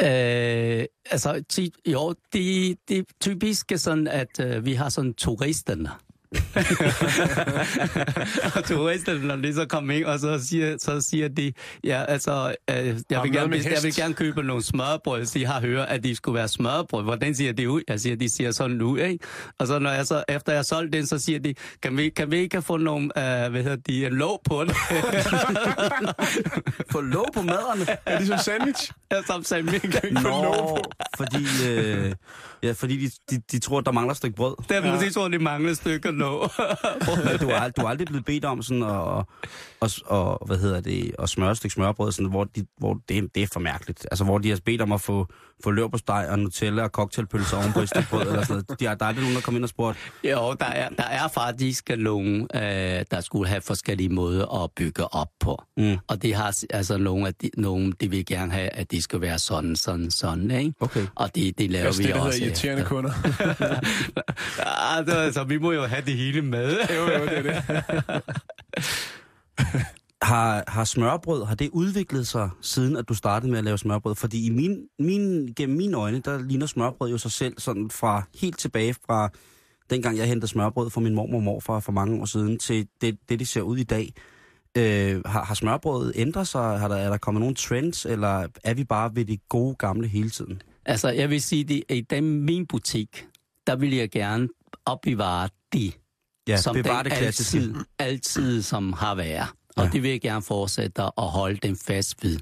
S6: Øh, altså, ty, jo, det de typiske sådan, at øh, vi har sådan turisterne. og turisterne, når de så kommer ind, og så siger, så siger de, ja, altså, øh, jeg,
S5: noget
S6: vil
S5: med
S6: gerne, bestille- jeg vil
S5: hest?
S6: gerne købe nogle smørbrød, så de har hørt, at de skulle være smørbrød. Hvordan ser det ud? Jeg siger, de ser sådan ud, ikke? Og så når jeg så, efter jeg har solgt den, så siger de, kan vi, kan vi ikke få nogle, øh, hvad hedder de, låg på det?
S4: Få låg på maderne?
S5: Er det ligesom sandwich?
S6: Som sagde, "Vi-
S4: Nå, fordi, øh, ja, fordi de, de, de tror, der mangler et stykke brød.
S6: der er ja. præcis, hvor de mangler stykker låg.
S4: Men du, har, du har aldrig blevet bedt om sådan at, at, at, hvad hedder det, at smøre et stykke smørbrød, sådan, hvor, de, hvor det, det er for mærkeligt. Altså, hvor de har bedt om at få, få løb på steg og Nutella og cocktailpølser ovenpå et stykke brød, eller sådan noget. De har, der er aldrig nogen, der kommer ind og spurgt,
S6: Jo, der er, der er faktisk nogle, øh, der skulle have forskellige måder at bygge op på.
S4: Mm.
S6: Og det har s- altså nogle, af de, nogle, de vil gerne have, at de skal være sådan, sådan, sådan, ikke?
S4: Okay.
S6: Og det, det laver
S5: Altså,
S6: vi
S5: det, der
S6: også.
S5: hedder irriterende
S6: efter.
S5: kunder.
S6: Ah, det- altså, vi må jo have det hele med.
S5: Jo, jo, det er det.
S4: har, har smørbrød, har det udviklet sig, siden at du startede med at lave smørbrød? Fordi i min, min, gennem mine øjne, der ligner smørbrød jo sig selv sådan fra helt tilbage fra dengang jeg hentede smørbrød fra min mormor og morfar for mange år siden, til det, det, det ser ud i dag. Øh, har, har smørbrødet ændret sig? Har der, er der kommet nogle trends, eller er vi bare ved det gode gamle hele tiden?
S6: Altså, jeg vil sige, at i den min butik, der vil jeg gerne opbevare det,
S4: Ja,
S6: som
S4: bevar
S6: den
S4: det klassiske.
S6: altid, altid som har været. Og
S4: Ja.
S6: ja. det vil jeg gerne fortsætte at holde den fast ved.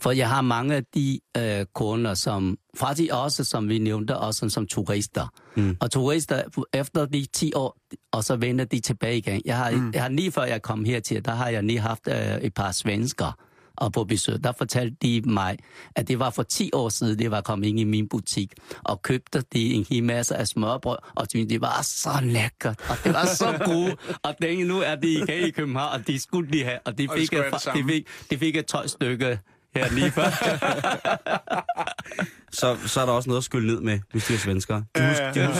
S6: For jeg har mange af de øh, kunder, som faktisk også, som vi nævnte, også som, som turister. Mm. Og turister, efter de 10 år, og så vender de tilbage igen. Jeg har, mm. jeg har lige før jeg kom hertil, der har jeg lige haft øh, et par svensker og på besøg. Der fortalte de mig, at det var for 10 år siden, det var kommet ind i min butik, og købte de en hel masse af smørbrød, og syntes, det var så lækkert, og det var så gode, og den, nu er de igen i København, og de skulle de have, og de
S5: Og det
S6: fik,
S5: skulle være
S6: et,
S5: det
S6: de
S5: samme.
S6: fik, de fik et 12 stykke her lige før.
S4: Så, så er der også noget at skylle ned med, hvis de er svenskere. De, hus, de, hus,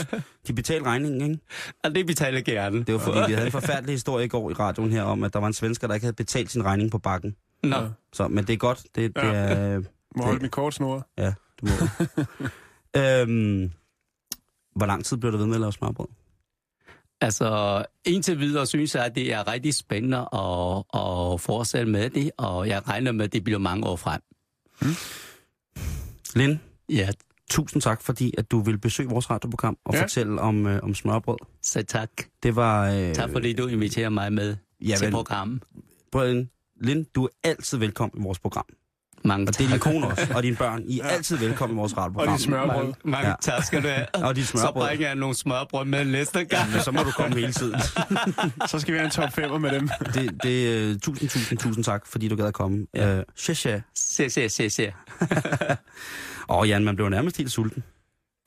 S4: de betaler regningen, ikke?
S6: og det betaler jeg gerne.
S4: Det var fordi, vi havde en forfærdelig historie i går i radioen her om, at der var en svensker, der ikke havde betalt sin regning på bakken.
S6: Nå.
S4: Så, men det er godt. Det, det
S5: Ja.
S4: er... øh,
S5: Må holde mit kort snor.
S4: Ja, du må. øhm, hvor lang tid bliver du ved med at lave smørbrød?
S6: Altså, indtil videre synes jeg, at det er rigtig spændende at, at fortsætte med det, og jeg regner med, at det bliver mange år frem.
S4: Lind,
S6: Ja,
S4: tusind tak, fordi at du ville besøge vores radioprogram og ja.
S5: Ja.
S4: fortælle om, øh, om smørbrød.
S6: så tak.
S4: Det var... Øh,
S6: Tak fordi du inviterer mig med
S4: ja,
S6: til
S4: vel,
S6: programmet.
S4: Brian, Lind, du er altid velkommen i vores program.
S6: Mange
S4: Og det er din
S6: tak.
S4: kone også, og dine børn. I er altid velkommen i vores
S5: Og
S4: radioprogram.
S5: de smørbrød.
S6: Mange, mange
S4: Ja.
S6: ja. tak skal du have.
S4: Og dit
S6: Så
S4: smørbrød.
S6: bringer jeg nogle smørbrød med næste gang.
S4: Men så må du komme hele tiden.
S5: Så skal vi have en top 5 med dem.
S4: Det, det, øh, tusind, tusind, tusind tak, fordi du gad at komme. Ja. Øh, sja, sja.
S6: Se, se, se, se.
S4: Åh, Jan, man blev nærmest helt sulten.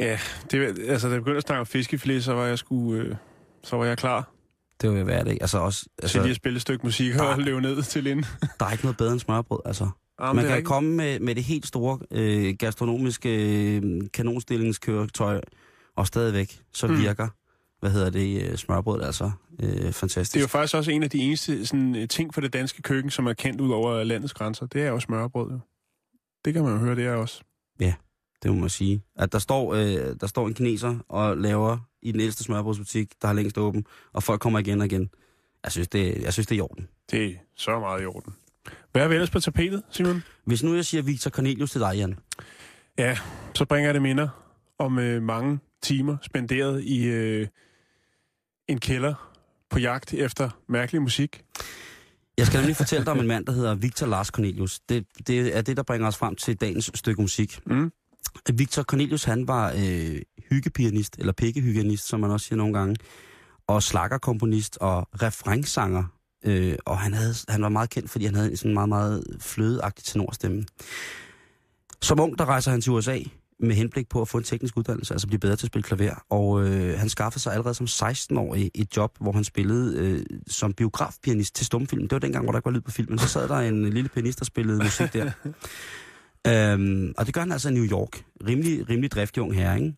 S5: Ja, det, altså, da jeg begyndte at snakke om fiskefilet, så var jeg sgu... Øh, så var jeg klar altså,
S4: Det var jo hverdag. Altså også, altså,
S5: til lige at spille et stykke musik og løbe ned til inden.
S4: der er ikke noget bedre end smørbrød, altså.
S5: Jamen,
S4: man
S5: det er
S4: kan
S5: rigtigt.
S4: komme med, med det helt store øh, gastronomiske øh, kanonstillingskøretøj, og stadigvæk så
S5: Mm.
S4: virker, hvad hedder det, øh, smørbrød, altså øh, fantastisk.
S5: Det er jo faktisk også en af de eneste sådan, øh, ting for det danske køkken, som er kendt ud over landets grænser. Det er jo smørbrød. Jo. Det kan man jo høre, det er også.
S4: Det må man sige. At der står, øh, der står en kineser og laver i den ældste smørbrødsbutik, der har længst åben, og folk kommer igen og igen. Jeg synes, det, jeg synes, det er i orden.
S5: Det er så meget i orden. Hvad er vi ellers på tapetet, Simon?
S4: Hvis nu jeg siger Victor Cornelius til dig, Jan.
S5: Ja, så bringer jeg det minder om øh, mange timer spenderet i øh, en kælder på jagt efter mærkelig musik.
S4: Jeg skal nemlig fortælle dig om en mand, der hedder Victor Lars Cornelius. Det, det er det, der bringer os frem til dagens stykke musik.
S5: Mm.
S4: Victor Cornelius, han var øh, hyggepianist, eller pikkehyggepianist, som man også siger nogle gange, og slakkerkomponist og refrengsanger. Øh, og han, havde, han var meget kendt, fordi han havde en sådan meget, meget flødeagtig tenorstemme. Som ung, der rejser han til USA med henblik på at få en teknisk uddannelse, altså blive bedre til at spille klaver. Og øh, han skaffede sig allerede som 16-årig et job, hvor han spillede øh, som biografpianist til stumfilm. Det var dengang, hvor der ikke var lyd på filmen. Så sad der en lille pianist, der spillede musik der. Øhm, og det gør han altså i New York. Rimelig, rimelig driftig ung herre, ikke?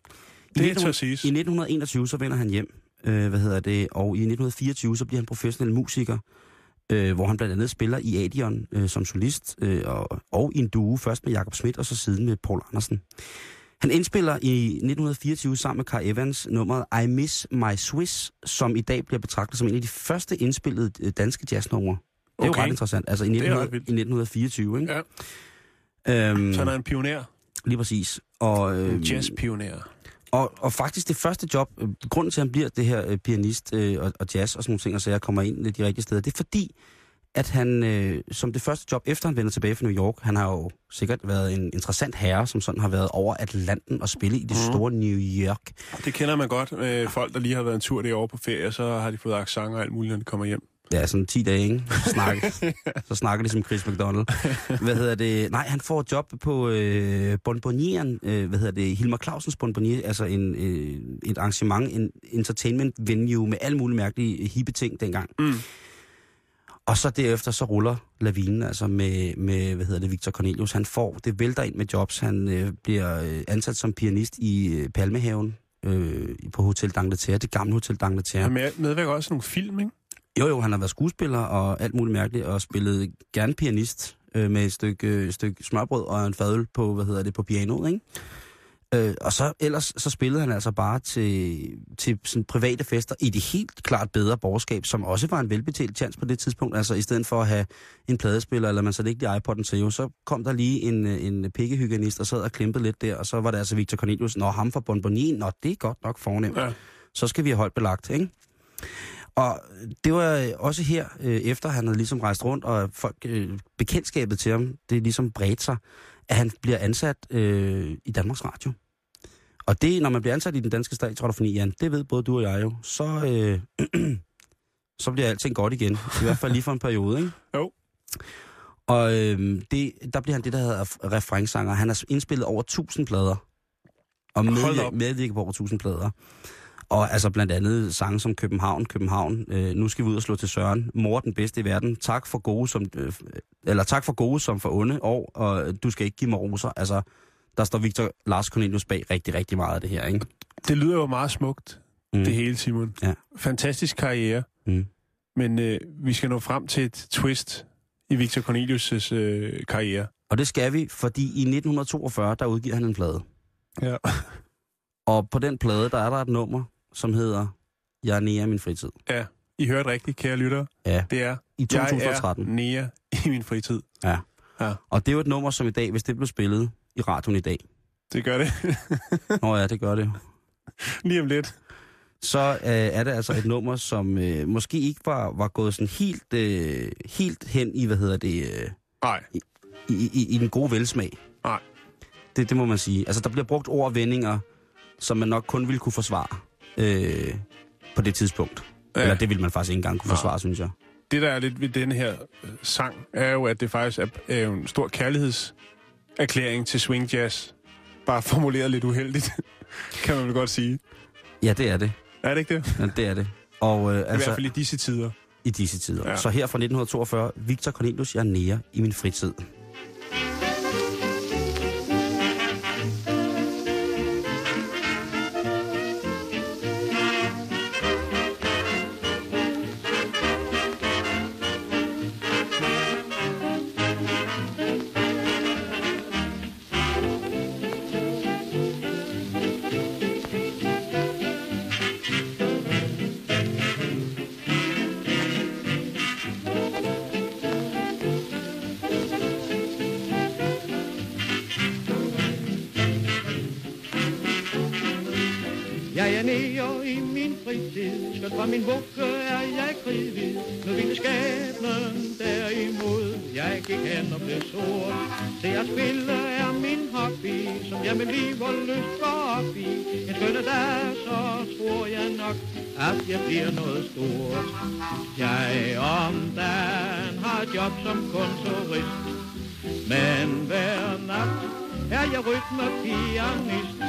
S4: I
S5: Det er
S4: 1900
S5: til at siges.
S4: I 1921, så vender han hjem, øh, hvad hedder det, og i 1924, så bliver han professionel musiker, øh, hvor han blandt andet spiller i Adion øh, som solist, øh, og, og i en duo, først med Jakob Schmidt, og så siden med Paul Andersen. Han indspiller i 1924 sammen med Carl Evans nummeret I Miss My Swiss, som i dag bliver betragtet som en af de første indspillede øh, danske jazznumre. Det er
S5: Okay.
S4: jo ret interessant. Altså i,
S5: er
S4: 1900,
S5: ret
S4: i
S5: vildt.
S4: 1924, ikke?
S5: Ja.
S4: Øhm,
S5: Så han er en pioner.
S4: Lige præcis. Og,
S5: En
S4: øh,
S5: jazzpioner.
S4: og, og faktisk det første job, øh, grunden til, at han bliver det her øh, pianist øh, og, og jazz og sådan nogle ting, og så jeg kommer ind de rigtige steder, det er fordi, at han øh, som det første job, efter han vender tilbage fra New York, han har jo sikkert været en interessant herre, som sådan har været over Atlanten og spille i det
S5: Mhm.
S4: store New York.
S5: Det kender man godt. Øh, folk, der lige har været en tur derovre på ferie, så har de fået accent og alt muligt, når de kommer hjem.
S4: Det er sådan 10 dage, ikke? Så snakker, så snakker de som Chris McDonald. Hvad hedder det? Nej, han får et job på øh, Bonbonieren. Øh, hvad hedder det? Hilmar Clausens Bonbonier. Altså en, øh, et arrangement, en entertainment venue med alle mulige mærkelige øh, hippe ting dengang.
S5: Mm.
S4: Og så derefter, så ruller lavinen altså med, med hvad hedder det, Victor Cornelius. Han får, det vælter ind med jobs. Han øh, bliver øh, ansat som pianist i øh, Palmehaven øh, på Hotel D'Angleterre, det gamle Hotel D'Angleterre.
S5: Han med- medvirker også i nogle film, ikke?
S4: Jo, jo, han har været skuespiller og alt muligt mærkeligt, og spillet gerne pianist øh, med et stykke, øh, stykke smørbrød og en fadøl på, hvad hedder det, på pianoet, ikke? Øh, og så ellers så spillede han altså bare til, til sådan private fester i det helt klart bedre borgerskab, som også var en velbetalt chance på det tidspunkt. Altså i stedet for at have en pladespiller, eller man så ikke i iPod'en til jo, så kom der lige en, øh, en pikkehyggenist og sad og klimpede lidt der, og så var det altså Victor Cornelius, nå ham fra Bonbonien, nå det er godt nok fornemt
S5: Ja.
S4: så skal vi have højt belagt, ikke? Og det var øh, også her, øh, efter han havde ligesom rejst rundt, og folk, øh, bekendtskabet til ham, det ligesom bredte sig, at han bliver ansat øh, i Danmarks Radio. Og det, når man bliver ansat i den danske statsradiofoni, Jan, det ved både du og jeg jo, så, øh, så bliver alting godt igen. I hvert fald lige for en periode, ikke?
S5: Jo.
S4: Og øh, det, der bliver han det, der hedder referencesanger. Han har indspillet over 1000 plader. Og
S5: Hold
S4: medvirker,
S5: op.
S4: medvirker på over 1000 plader. Og altså blandt andet sange som København, København, øh, Nu skal vi ud og slå til Søren, Mor den bedste i verden, Tak for gode som, øh, eller tak for gode som for onde år, og øh, Du skal ikke give mig roser. Altså, der står Victor Lars Cornelius bag rigtig, rigtig meget af det her, ikke?
S5: Det lyder jo meget smukt,
S4: Mm.
S5: det hele, Simon.
S4: Ja.
S5: Fantastisk karriere.
S4: Mm.
S5: Men øh, vi skal nå frem til et twist i Victor Cornelius' øh, karriere.
S4: Og det skal vi, fordi i 1942, der udgiver han en plade.
S5: Ja.
S4: Og på den plade, der er der et nummer, som hedder Jeg er nære i min fritid.
S5: I hørte rigtigt, kære lyttere.
S4: Ja.
S5: Det er,
S4: I
S5: jeg
S4: 2013.
S5: er nære i min fritid.
S4: Og det er jo et nummer, som i dag, hvis det blev spillet i radioen i dag.
S5: Det gør det
S4: Nå ja, det gør det jo.
S5: lige om lidt.
S4: så øh, er det altså et nummer, som øh, måske ikke var, var gået sådan helt, øh, helt hen i, hvad hedder det, øh,
S5: Nej,
S4: i, i, i den gode velsmag.
S5: Nej.
S4: Det, det må man sige. Altså, der bliver brugt ord og vendinger, som man nok kun ville kunne forsvare øh, på det tidspunkt. Ja. Eller det ville man faktisk ikke engang kunne
S5: Nej.
S4: forsvare, synes jeg.
S5: det, der er lidt ved den her øh, sang, er jo, at det faktisk er, er jo en stor kærlighedserklæring til swing jazz. Bare formuleret lidt uheldigt, kan man vel godt sige.
S4: Ja, det er det.
S5: Er det ikke det? Altså,
S4: Ja, det er det. Og, øh,
S5: I hvert
S4: altså,
S5: fald i disse tider.
S4: i disse tider.
S5: Ja.
S4: Ja. Så her fra 1942, Victor Cornelius, jeg er nære i min fritid.
S7: Jeg er nære i min fritid, skønt fra min vugge er jeg krivid. Nu ville skæbnen derimod, jeg gik hen og blev sort. Det at spille er min hobby, som jeg med liv og lyst går op i. En skønne dag, så tror jeg nok, at jeg bliver noget stort. Jeg om dagen har et job som kontorist, men hver nat er jeg rytmepianist.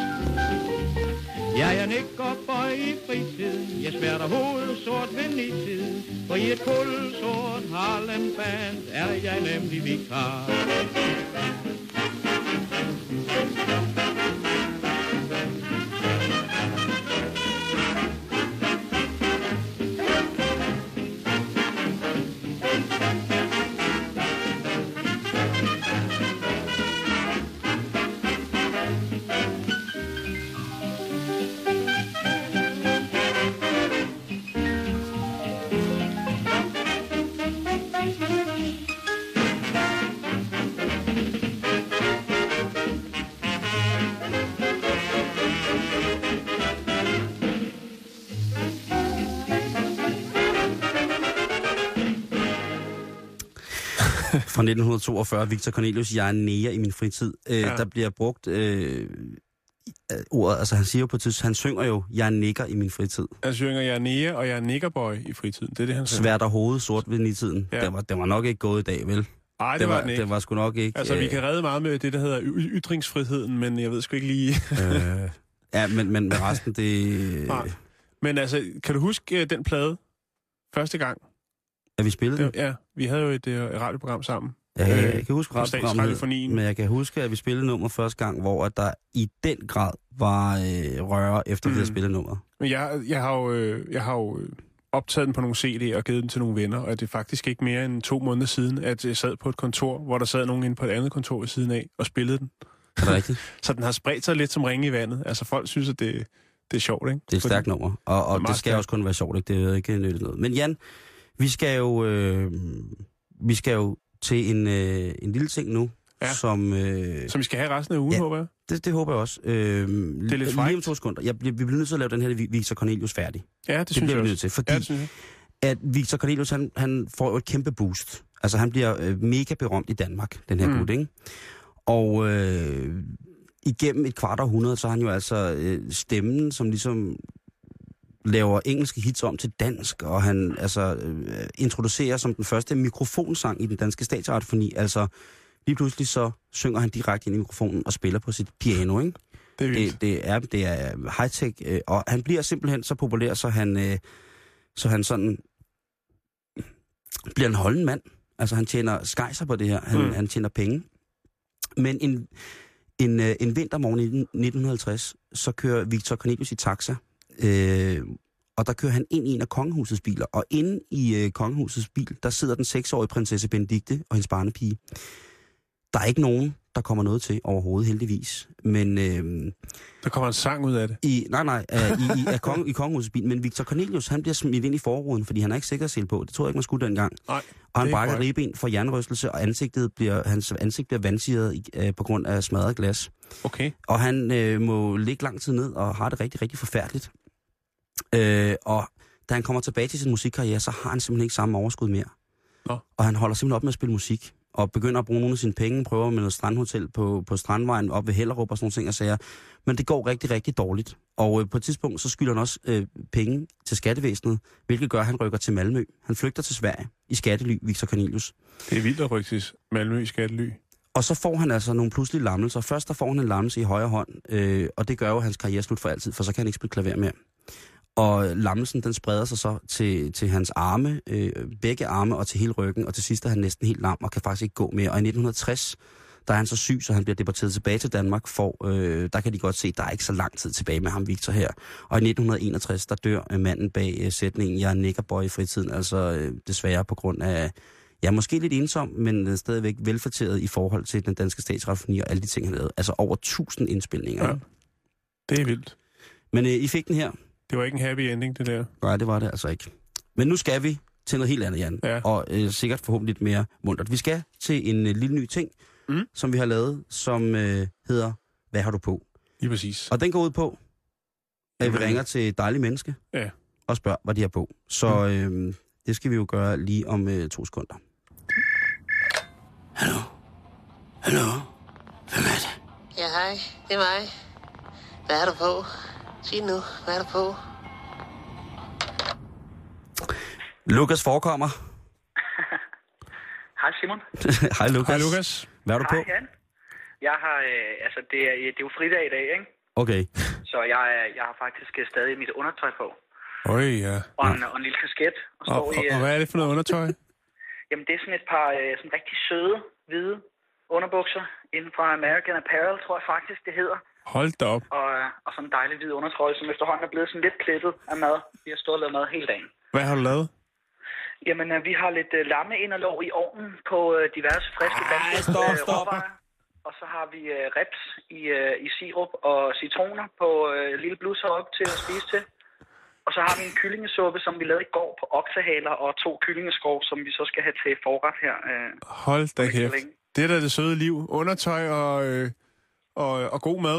S7: Jeg er nikker i fritiden, jeg sværter hovedet sort ved nitiden, for i et kulsort Harlem Band er jeg nemlig vikar.
S4: Fra 1942, Victor Cornelius, jeg er nære i min fritid. Øh,
S5: Ja.
S4: ja. Der bliver brugt øh, øh, ordet, altså han siger jo på et tidspunkt, han synger jo, jeg nikker i min fritid.
S5: Jeg Altså, synger, jeg er nære, og jeg er nickerboy i fritiden. Det er det, han siger.
S4: Svært og hovedet sort ved nitiden.
S5: Ja.
S4: Ja. Den, var, den var nok ikke gået i dag, vel?
S5: Nej, det,
S4: den
S5: var den ikke.
S4: Den var sgu nok ikke. øh,
S5: Altså, vi kan redde meget med det, der hedder y- ytringsfriheden, men jeg ved sgu ikke lige...
S4: øh, øh, ja, men, men med resten, det...
S5: Nej. Men altså, kan du huske øh, den plade? Første gang.
S4: Er vi spillet den?
S5: Det, ja, vi havde jo et, øh, et radioprogram sammen.
S4: Ja,
S5: øh,
S4: jeg kan huske
S5: på
S4: radioprogrammet,
S5: Statsradiofonien.
S4: men jeg kan huske, at vi spillede nummer første gang, hvor at der i den grad var øh, røre efter mm. vi
S5: Mm.
S4: havde spillet nummer.
S5: Men jeg, jeg har jo, øh, jeg har jo øh, optaget den på nogle CD'er og givet den til nogle venner, og det er faktisk ikke mere end to måneder siden, at jeg sad på et kontor, hvor der sad nogen inde på et andet kontor ved siden af og spillede den.
S4: Er det rigtigt?
S5: Så den har spredt sig lidt som ringe i vandet. Altså folk synes, at det, det er sjovt, ikke?
S4: Det er et
S5: Fordi-
S4: stærkt nummer, og,
S5: Det er
S4: og det
S5: meget
S4: skal
S5: stærkt.
S4: også kun være sjovt, ikke? Det er ikke nyttigt noget. Men Jan, vi skal jo, øh, vi skal jo til en, øh, en lille ting nu,
S5: Ja.
S4: ja. som... Øh,
S5: Som vi skal have resten af ugen, ja.
S4: Ja.
S5: håber jeg.
S4: det, det håber jeg også. Øh, det
S5: lidt frækt.
S4: Lige om to sekunder. Jeg, bliver- vi bliver nødt til at lave den her Victor Cornelius færdig. Det,
S5: Ja, det, det
S4: det
S5: synes
S4: bliver
S5: jeg
S4: vi
S5: også.
S4: nødt til, fordi
S5: Ja, det synes jeg.
S4: at Victor Cornelius, han, han får jo et kæmpe boost. Altså, han bliver øh, mega berømt i Danmark, den her
S5: Mm.
S4: mm. gut, ikke? Og øh, igennem et kvart århundrede, så er han jo altså øh, stemmen, som ligesom laver engelske hits om til dansk, og han altså øh, introducerer som den første mikrofonsang i den danske statsradiofoni. Altså, lige pludselig så synger han direkte ind i mikrofonen og spiller på sit piano, ikke?
S5: Det er vildt.
S4: Det, det, er, det er high-tech, øh, og han bliver simpelthen så populær, så han, øh, så han sådan bliver en holden mand. Altså han tjener skejser på det her, han,
S5: Mm.
S4: mm. han tjener penge. Men en, en, øh, en vintermorgen i 1950, så kører Victor Cornelius i taxa, øh, og der kører han ind i en af kongehusets biler, og inde i øh, kongehusets bil, der sidder den seksårige prinsesse Benedikte og hendes barnepige. Der er ikke nogen, der kommer noget til overhovedet, heldigvis. Men øh,
S5: Der kommer en sang ud af det.
S4: i, nej, nej, øh, i, i, af kong, i kongehusets bil, men Victor Cornelius, han bliver smidt ind i forruden, fordi han er ikke sikkerhedssel på. Det tror jeg ikke, man skulle dengang.
S5: Nej,
S4: Og
S5: det
S4: han
S5: er
S4: brækker
S5: korrekt.
S4: ribben for jernrystelse, og ansigtet bliver, hans ansigt bliver vandsiret i- øh, på grund af smadret glas.
S5: Okay.
S4: Og han øh, må ligge lang tid ned og har det rigtig, rigtig forfærdeligt. Øh, og da han kommer tilbage til sin musikkarriere, så har han simpelthen ikke samme overskud mere.
S5: Nå.
S4: Og han holder simpelthen op med at spille musik. og begynder at bruge nogle af sine penge, prøver med noget strandhotel på, på Strandvejen, op ved Hellerup og sådan nogle ting og sager. Men det går rigtig, rigtig dårligt. Og øh, på et tidspunkt, så skylder han også øh, penge til skattevæsenet, hvilket gør, at han rykker til Malmø. Han flygter til Sverige i skattely, Victor Cornelius.
S5: Det er vildt at rykke til Malmø i skattely.
S4: Og så får han altså nogle pludselige lammelser. Først der får han en lammelse i højre hånd, øh, og det gør jo at hans karriere slut for altid, for så kan han ikke spille klaver mere. Og lammelsen, den spreder sig så til, til hans arme, øh, begge arme og til hele ryggen, og til sidst er han næsten helt lam og kan faktisk ikke gå mere. Og i 1960, der er han så syg, så han bliver deporteret tilbage til Danmark, for øh, der kan de godt se, der er ikke så lang tid tilbage med ham, Victor, her. Og i 1961, der dør øh, manden bag øh, sætningen, jeg er nækkerboy i fritiden, altså øh, desværre på grund af Ja, måske lidt ensom, men øh, stadigvæk velforteret i forhold til den danske statsrafoni og alle de ting, han lavede. Altså over 1000 indspilninger.
S5: Ja.
S4: Ja.
S5: Det er vildt.
S4: Men øh, I fik den her.
S5: Det var ikke en happy ending, det der.
S4: Nej, det var det altså ikke. Men nu skal vi til noget helt andet, Jan.
S5: Ja.
S4: Og øh, sikkert forhåbentlig lidt mere mundret. Vi skal til en øh, lille ny ting,
S5: Mm.
S4: som vi har lavet, som øh, hedder Hvad har du på?
S5: Lige præcis.
S4: Og den går ud på, at vi
S5: Jamen.
S4: ringer til et dejligt menneske
S5: Mm-hmm. Ja. Mm.
S4: og spørger, hvad de har på. Så øh, det skal vi jo gøre lige om øh, to sekunder. Hallo? Hallo? Hvem er det?
S8: Ja, hej. Det er mig. Hvad er du på? Sig nu, hvad er du på?
S4: Lukas forekommer.
S9: Hej Simon.
S4: Hej Lukas.
S5: Hej Lukas.
S4: Hvad har du på?
S9: Hej Jan. Jeg har, øh, altså det er, det er jo fridag i dag, ikke?
S4: Okay.
S9: Så jeg, er- jeg har faktisk øh, stadig mit undertøj på.
S5: Øj, ja.
S9: Og en, og en lille kasket. Og,
S5: Og,
S9: står
S5: og,
S9: i, øh,
S5: og hvad er det for noget undertøj?
S9: jamen det er sådan et par øh, sådan rigtig søde, hvide underbukser inden for American Apparel, tror jeg faktisk det hedder.
S5: Hold da op.
S9: Og, øh, og sådan en dejlig hvid undertrøje, som efterhånden er blevet sådan lidt plettet af mad. Vi har stået og lavet mad hele dagen.
S5: Hvad har du lavet?
S9: Jamen, øh, vi har lidt øh, lamme ind og lår i ovnen på øh, diverse friske danske
S4: stop,
S9: øh,
S4: stop.
S9: råvarer. Og så har vi øh, reps i, øh, i sirup og citroner på øh, lille bluser op til at spise til. Og så har vi en kyllingesuppe, som vi lavede i går på oksehaler og to kyllingeskov, som vi så skal have til forret her. Øh.
S5: Hold da
S9: Ikke så
S5: kæft.
S9: længe.
S5: Det er da det søde liv. Undertøj og, øh, og, og god mad.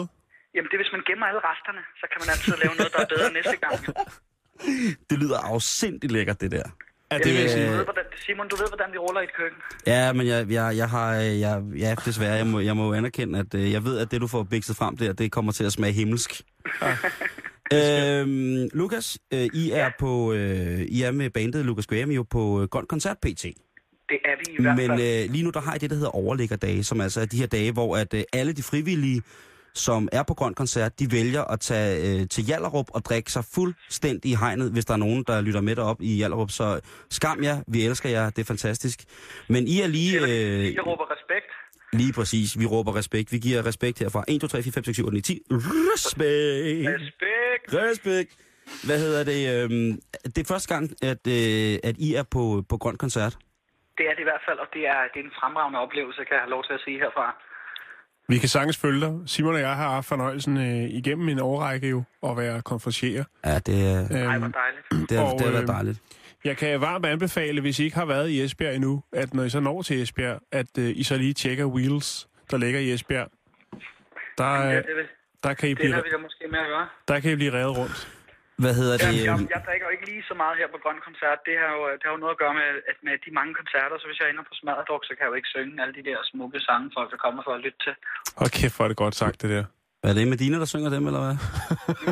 S9: Jamen, det er, hvis man gemmer alle resterne, så kan man altid lave noget, der er bedre næste gang. jo.
S4: Det lyder afsindigt lækkert, det der. Øh,
S5: Ja, det vil jeg
S9: Du
S5: sige.
S9: Øh, ved, hvordan, Simon, du ved, hvordan vi ruller i et køkken.
S4: Ja, men jeg, jeg, jeg har, øh, jeg, ja, desværre, jeg må, jeg må jo anerkende, at øh, jeg ved, at det, du får bikset frem der, det kommer til at smage himmelsk. øhm, Lukas, øh, I er på, øh, I er med bandet Lukas Graham jo på øh, Grøn Koncert PT.
S9: Det er vi i hvert
S4: Men
S9: fald.
S4: øh, lige nu, der har I det, der hedder overliggerdage, som altså er de her dage, hvor at øh, alle de frivillige, som er på Grøn Koncert, de vælger at tage øh, til Jallerup og drikke sig fuldstændig i hegnet, hvis der er nogen, der lytter med derop i Jallerup. Så skam jer, vi elsker jer, det er fantastisk. Men I er lige... Øh,
S9: Jeg råber respekt.
S4: Lige præcis. Vi råber respekt. Vi giver respekt herfra. 1, 2, 3, 4, 5, 6, 7, 8, 9, 10. Respekt!
S9: Respekt!
S4: Respekt! Hvad hedder det? øhm, Det er første gang, at, øh, at I er på, på Grøn Koncert.
S9: Det er det i hvert fald, og det er, det er en fremragende oplevelse, kan jeg have lov til at sige herfra.
S5: Vi kan sagtens følge dig. Simon og jeg har haft fornøjelsen øh, igennem en årrække jo at være konferencier.
S4: Ja, det, er-
S9: Ej,
S5: Øhm,
S9: hvor dejligt.
S4: det, har,
S5: Og,
S4: det har været
S5: øh,
S4: dejligt.
S5: jeg kan varmt anbefale, hvis I ikke har været i Esbjerg endnu, at når I så når til Esbjerg, at øh, I så lige tjekker Wheels, der ligger i Esbjerg. Der,
S9: Ja,
S5: øh,
S9: det, vil-
S5: der, kan, I
S9: det har
S5: blive,
S9: vi da måske med at gøre.
S5: der kan I blive revet rundt.
S4: Hvad hedder
S9: Jeg,
S4: det?
S9: jeg,
S4: øhm,
S9: jeg drikker jo ikke lige så meget her på Grøn Koncert. Det har jo, det har jo noget at gøre med, at med de mange koncerter, så hvis jeg ender på smadredruk, så kan jeg jo ikke synge alle de der smukke sange, folk der kommer for at lytte til.
S5: Hold kæft, hvor er det godt sagt, det der.
S4: Er det Medina, der synger dem, eller hvad?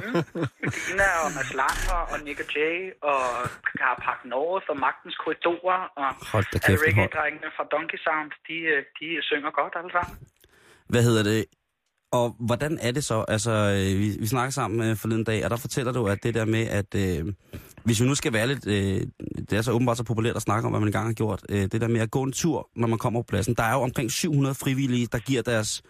S9: Medina og Mads Langer og Nick og Jay og Carpark North og Magtens Korridorer og
S4: Hold da
S9: alle
S4: kæft, det er hårdt.
S9: reggae-drengene fra Donkey Sound, de, øh, de synger godt alle sammen.
S4: Hvad hedder det? Og hvordan er det så? Altså, øh, vi, vi snakker sammen øh, forleden dag, og der fortæller du, at det der med, at øh, hvis vi nu skal være lidt... Øh, det er så åbenbart så populært at snakke om, hvad man engang har gjort. Øh, det der med at gå en tur, når man kommer på pladsen. Der er jo omkring 700 frivillige, der giver deres,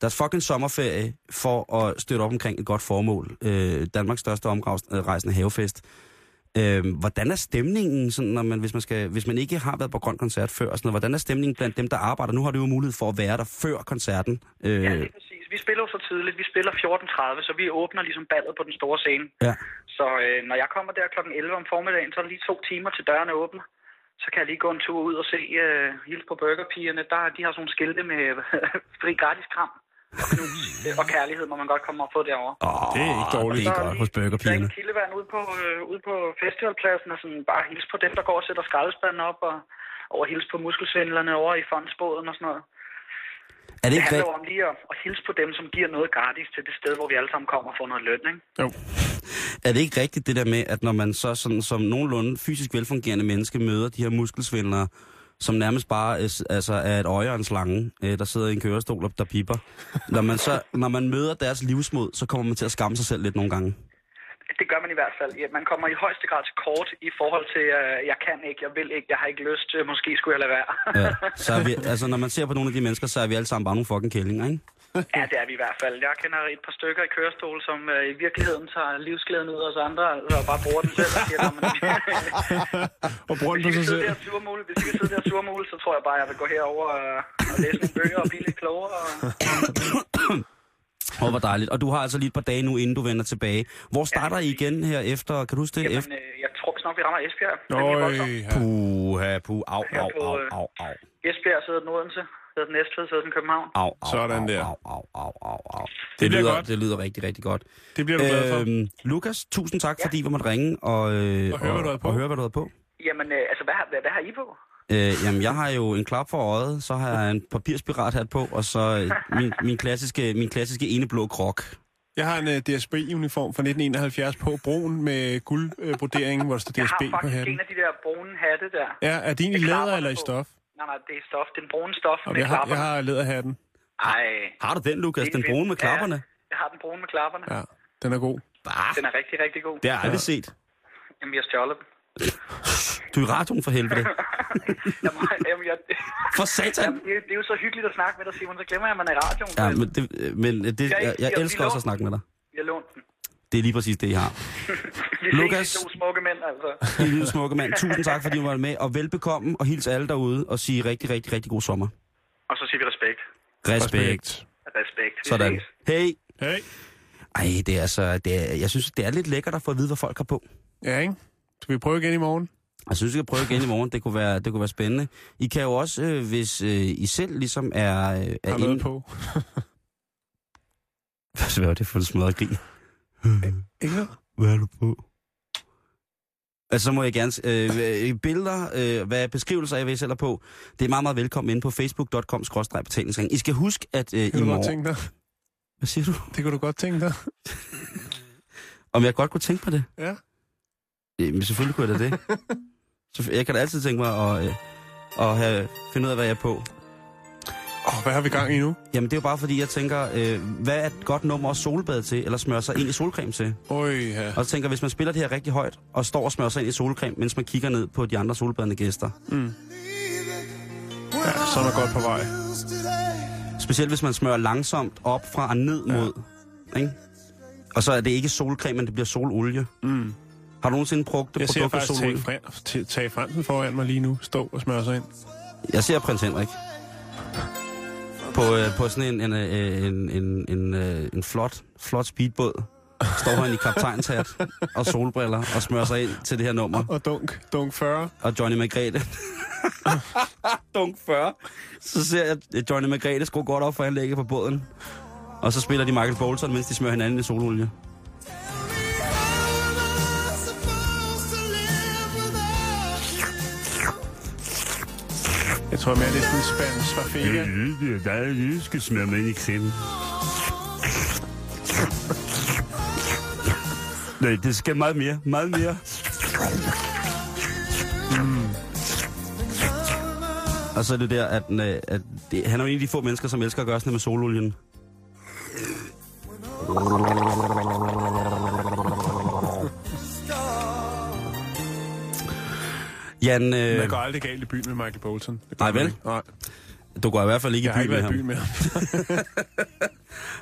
S4: deres fucking sommerferie for at støtte op omkring et godt formål. Øh, Danmarks største omrejsende havefest. Øh, hvordan er stemningen, sådan, når man, hvis, man skal, hvis man ikke har været på Grøn Koncert før? Og sådan noget, hvordan er stemningen blandt dem, der arbejder? Nu har du jo mulighed for at være der før koncerten. Øh,
S9: Ja, lige præcis. Vi spiller jo så tidligt. Vi spiller 14.30, så vi åbner ligesom ballet på den store scene.
S4: Ja.
S9: Så øh, når jeg kommer der kl. 11 om formiddagen, så er der lige to timer til dørene åbner. Så kan jeg lige gå en tur ud og se øh, Hils på burgerpigerne. Der, de har sådan nogle skilte med øh, fri gratis kram. Og knus øh, og kærlighed må man godt komme og få derovre.
S4: Oh,
S5: Det er ikke dårligt.
S4: Det er godt hos burgerpigerne.
S9: en kildevand ude på, øh, ude på festivalpladsen og sådan bare hilse på dem, der går og sætter skraldespanden op og over at hilse på muskelsvindlerne over i fondsbåden og sådan noget.
S4: Er det
S9: Det
S4: ikke
S9: handler
S4: rigtigt?
S9: jo om lige at, at hilse på dem, som giver noget gratis til det sted, hvor vi alle sammen kommer og får noget løn, ikke?
S5: Jo.
S4: Er det ikke rigtigt det der med, at når man så sådan, som nogenlunde fysisk velfungerende menneske møder de her muskelsvindlere, som nærmest bare er, altså, er et øje og en slange, øh, der sidder i en kørestol, og der piper. Når man, så, når man møder deres livsmod, så kommer man til at skamme sig selv lidt nogle gange.
S9: Det gør man i hvert fald. Ja, man kommer i højeste grad til kort i forhold til, øh, jeg kan ikke, jeg vil ikke, jeg har ikke lyst, øh, måske skulle jeg lade være.
S4: Ja. Så er vi, altså, når man ser på nogle af de mennesker, så er vi alle sammen bare nogle fucking kællinger, ikke?
S9: ja, det er vi i hvert fald. Jeg kender et par stykker i kørestol, som øh, i virkeligheden tager livsglæden ud af os andre, altså, og bare bruger den selv. Og siger, "Nå, men,
S5: Og bruger den
S9: hvis
S5: på
S9: vi kan
S5: sig
S9: sidde
S5: selv.
S9: der og surmule, hvis vi kan sidde der og surmule, så tror jeg bare, jeg vil gå herover øh, og læse nogle bøger og blive lidt klogere. Og...
S4: Åh, hvor dejligt. Og du har altså lige et par dage nu, inden du vender tilbage. Hvor starter I igen her efter? Kan du huske det?
S9: Jamen,
S4: efter?
S9: øh, jeg tror vist nok, vi rammer Esbjerg. Det bliver
S5: Øj,
S9: voldsomt.
S5: øh, ja.
S4: Puha, puh. Au, au, au, au, au.
S9: Esbjerg sidder den Odense, sidder den Næstved, sidder den København.
S4: Au, au,
S5: Sådan
S4: au,
S5: der.
S4: Au, au, au, au, au. Det,
S5: bliver
S4: lyder,
S5: godt.
S4: det lyder rigtig, rigtig godt.
S5: det bliver du glad for.
S4: Øhm, Lukas, tusind tak, fordi vi måtte ringe og, øh,
S5: Og høre, hvad du havde på.
S4: og høre, hvad du havde på.
S9: Jamen, øh, altså, hvad, har- hvad, hvad har I på?
S4: Øh, jamen, jeg har jo en klap for øjet, så har jeg en papirspirathat på, og så øh, min, min, klassiske, min klassiske eneblå krok.
S5: Jeg har en uh, DSB-uniform fra 1971 på, brun med guldbroderingen, hvor der står
S9: Jeg har
S5: DSB på
S9: faktisk
S5: hatten.
S9: en af de der brune hatte der.
S5: Ja, er din i
S9: Det klapper
S5: læder eller i
S9: på.
S5: stof?
S9: Nej, nej, det er stof. Den brune stof
S5: Og
S9: med
S5: jeg, har,
S9: klapper.
S5: jeg har læderhatten.
S9: Ej,
S4: Har du den, Lukas?
S9: det er
S4: Den
S9: fedt.
S4: brune med
S9: Ja,
S4: klapperne?
S9: jeg har den brune med klapperne. Ja.
S5: Ja, den er god.
S4: Bah,
S9: Den er rigtig, rigtig god.
S4: det har jeg aldrig set.
S9: Jamen, jeg stjålet den.
S4: Du er i radioen for helvede.
S9: Jamen, jamen, jeg,
S4: For
S9: jamen,
S4: satan!
S9: det, er- det, er jo så hyggeligt at snakke med dig, Simon. Så glemmer jeg, at man er i radioen.
S4: Ja, men det, øh, men det, jeg, jeg elsker også at snakke med dig.
S9: Jeg lånte den.
S4: Det er lige præcis det, jeg har.
S9: Vi
S4: Lukas.
S9: Lukas. to smukke mænd, altså.
S4: I lille smukke mand. Tusind tak, fordi du var med, og velbekomme, og hils alle derude, og sige rigtig, rigtig, rigtig god sommer.
S9: Og så siger vi respekt.
S4: Respekt.
S9: Respekt. Vi
S4: Sådan.
S9: ses.
S4: Hey.
S5: Hey.
S4: Ej, det er altså, det er, jeg synes, det er lidt lækkert at få at vide, hvad folk har på.
S5: Ja, ikke? Skal vi prøve igen i morgen?
S4: Jeg synes, vi kan prøve igen i morgen. Det kunne være, det kunne være spændende. I kan jo også, øh, hvis øh, I selv ligesom er, øh, er
S5: Har noget
S4: inde...
S5: på?
S4: Hvad var det for en smadret grin?
S5: Ikke noget?
S4: Hvad har du på? Altså, så må jeg gerne... Øh, øh, billeder, øh, hvad beskrivelser jeg vil selv er på. Det er meget, meget velkommen inde på facebook.com-betalingsring. I skal huske, at øh,
S5: Det
S4: i
S5: kunne du godt
S4: morgen...
S5: tænke dig.
S4: Hvad siger du?
S5: Det kunne du godt tænke dig.
S4: Om jeg godt kunne tænke på det?
S5: Ja.
S4: Jamen, selvfølgelig kunne jeg da det. Selvfø- jeg kan da altid tænke mig at, øh, at have, finde ud af, hvad jeg er på.
S5: Åh, hvad har vi gang i nu?
S4: Jamen, det er jo bare fordi, jeg tænker, øh, hvad er et godt nummer at solbade til, eller smøre sig ind i solcreme til?
S5: Øj, ja.
S4: Og så tænker, jeg, hvis man spiller det her rigtig højt, og står og smører sig ind i solcreme, mens man kigger ned på de andre solbadende gæster.
S5: ja så er der godt på vej.
S4: Specielt hvis man smører langsomt op fra og ned mod. Ja. Ikke? Og så er det ikke solcreme, men det bliver sololie. Mm. Har du nogensinde brugt
S5: Jeg
S4: det
S5: ser
S4: produkt af
S5: faktisk
S4: sololie?
S5: Tage Fran- T- Tage Fransen foran mig lige nu. Stå og smøre sig ind.
S4: Jeg ser prins Henrik. På, øh, på sådan en, en, øh, en, en, en, øh, en flot, flot speedbåd. Står han i kaptajnshat og solbriller og smører sig ind til det her nummer.
S5: Og dunk. Dunk 40.
S4: Og Johnny Magrete. Dunk 40. Så ser jeg at Johnny Magrete skrue godt op for anlægget på båden. Og så spiller de Michael Bolton, mens de smører hinanden i sololie.
S5: Jeg tror mere, det er sådan en spand svafega.
S4: Øhm.
S1: Der er jyske smør med i krem.
S4: Nej, det skal meget mere. Meget mere. Mm. Og så er det der, at, den, øh, at det, han er jo en af de få mennesker, som elsker at gøre sådan noget med sololien. Jan,
S5: Jeg
S4: øh,
S5: går aldrig galt i byen med Michael Bolton. Det gør
S4: Nej,
S5: man
S4: vel?
S5: ikke. Nej,
S4: du går i hvert fald ikke
S5: jeg
S4: i
S5: har
S4: byen
S5: ikke
S4: med
S5: været i
S4: ham.
S5: byen med ham.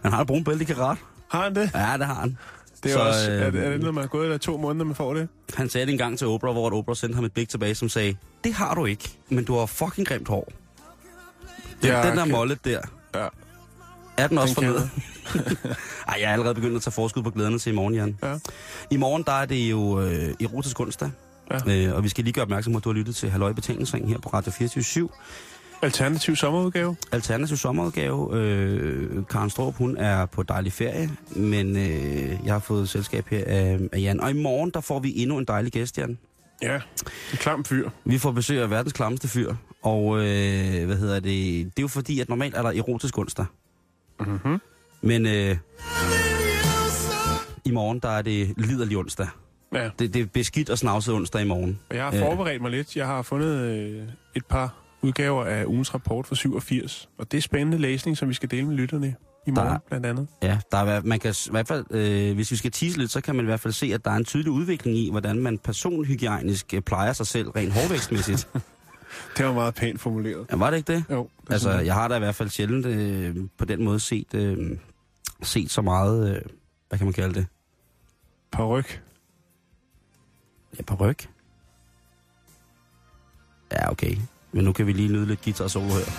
S4: Han har et brun bælte i karat.
S5: Har han det?
S4: Ja, det har han.
S5: Det er,
S4: Så,
S5: så, også,
S4: øh,
S5: er, det, er det, når man er gået der to måneder, man får det?
S4: Han sagde det en gang til Oprah, hvor at Oprah sendte ham et blik tilbage, som sagde, det har du ikke, men du har fucking grimt hår. Den,
S5: Ja,
S4: ja, den der
S5: okay.
S4: mollet der,
S5: Ja.
S4: er den også
S5: Den
S4: for
S5: kender
S4: noget? Ej, jeg er allerede begyndt at tage forskud på glæderne til i morgen, Jan.
S5: Ja.
S4: I morgen, der er det jo øh, erotisk onsdag. Ja. Øh, og vi skal lige gøre opmærksom på, at du har lyttet til Halløj Betalingsring her på Radio 24
S5: Alternativ sommerudgave?
S4: Alternativ sommerudgave. Øh, Karen Straup, hun er på dejlig ferie, men øh, jeg har fået selskab her af, af Jan. Og i morgen, der får vi endnu en dejlig gæst, Jan.
S5: Ja, en klam fyr.
S4: Vi får besøg af verdens klammeste fyr, og øh, hvad hedder det? Det er jo fordi, at normalt er der erotisk onsdag.
S5: Mm-hmm.
S4: Men øh, i morgen, der er det liderlig onsdag.
S5: Ja,
S4: Det, det er beskidt og snavset onsdag i morgen.
S5: og jeg har
S4: Ja.
S5: forberedt mig lidt. Jeg har fundet øh, et par udgaver af ugens rapport fra 87, og det er spændende læsning, som vi skal dele med lytterne i morgen,
S4: Der-
S5: blandt andet.
S4: Ja, der er, hver- man kan s- i hvert fald, øh, hvis vi skal tease lidt, så kan man i hvert fald se, at der er en tydelig udvikling i, hvordan man personhygiejnisk øh, plejer sig selv rent hårvækstmæssigt.
S5: Det var meget pænt formuleret.
S4: ja, var det ikke det?
S5: Jo, det er
S4: Altså,
S5: sådan.
S4: jeg har da i hvert fald sjældent øh, på den måde set, øh, set så meget, øh, hvad kan man kalde det?
S5: Paryk.
S4: Ja, på ryg. Ja, okay. Men nu kan vi lige nyde lidt guitar solo her.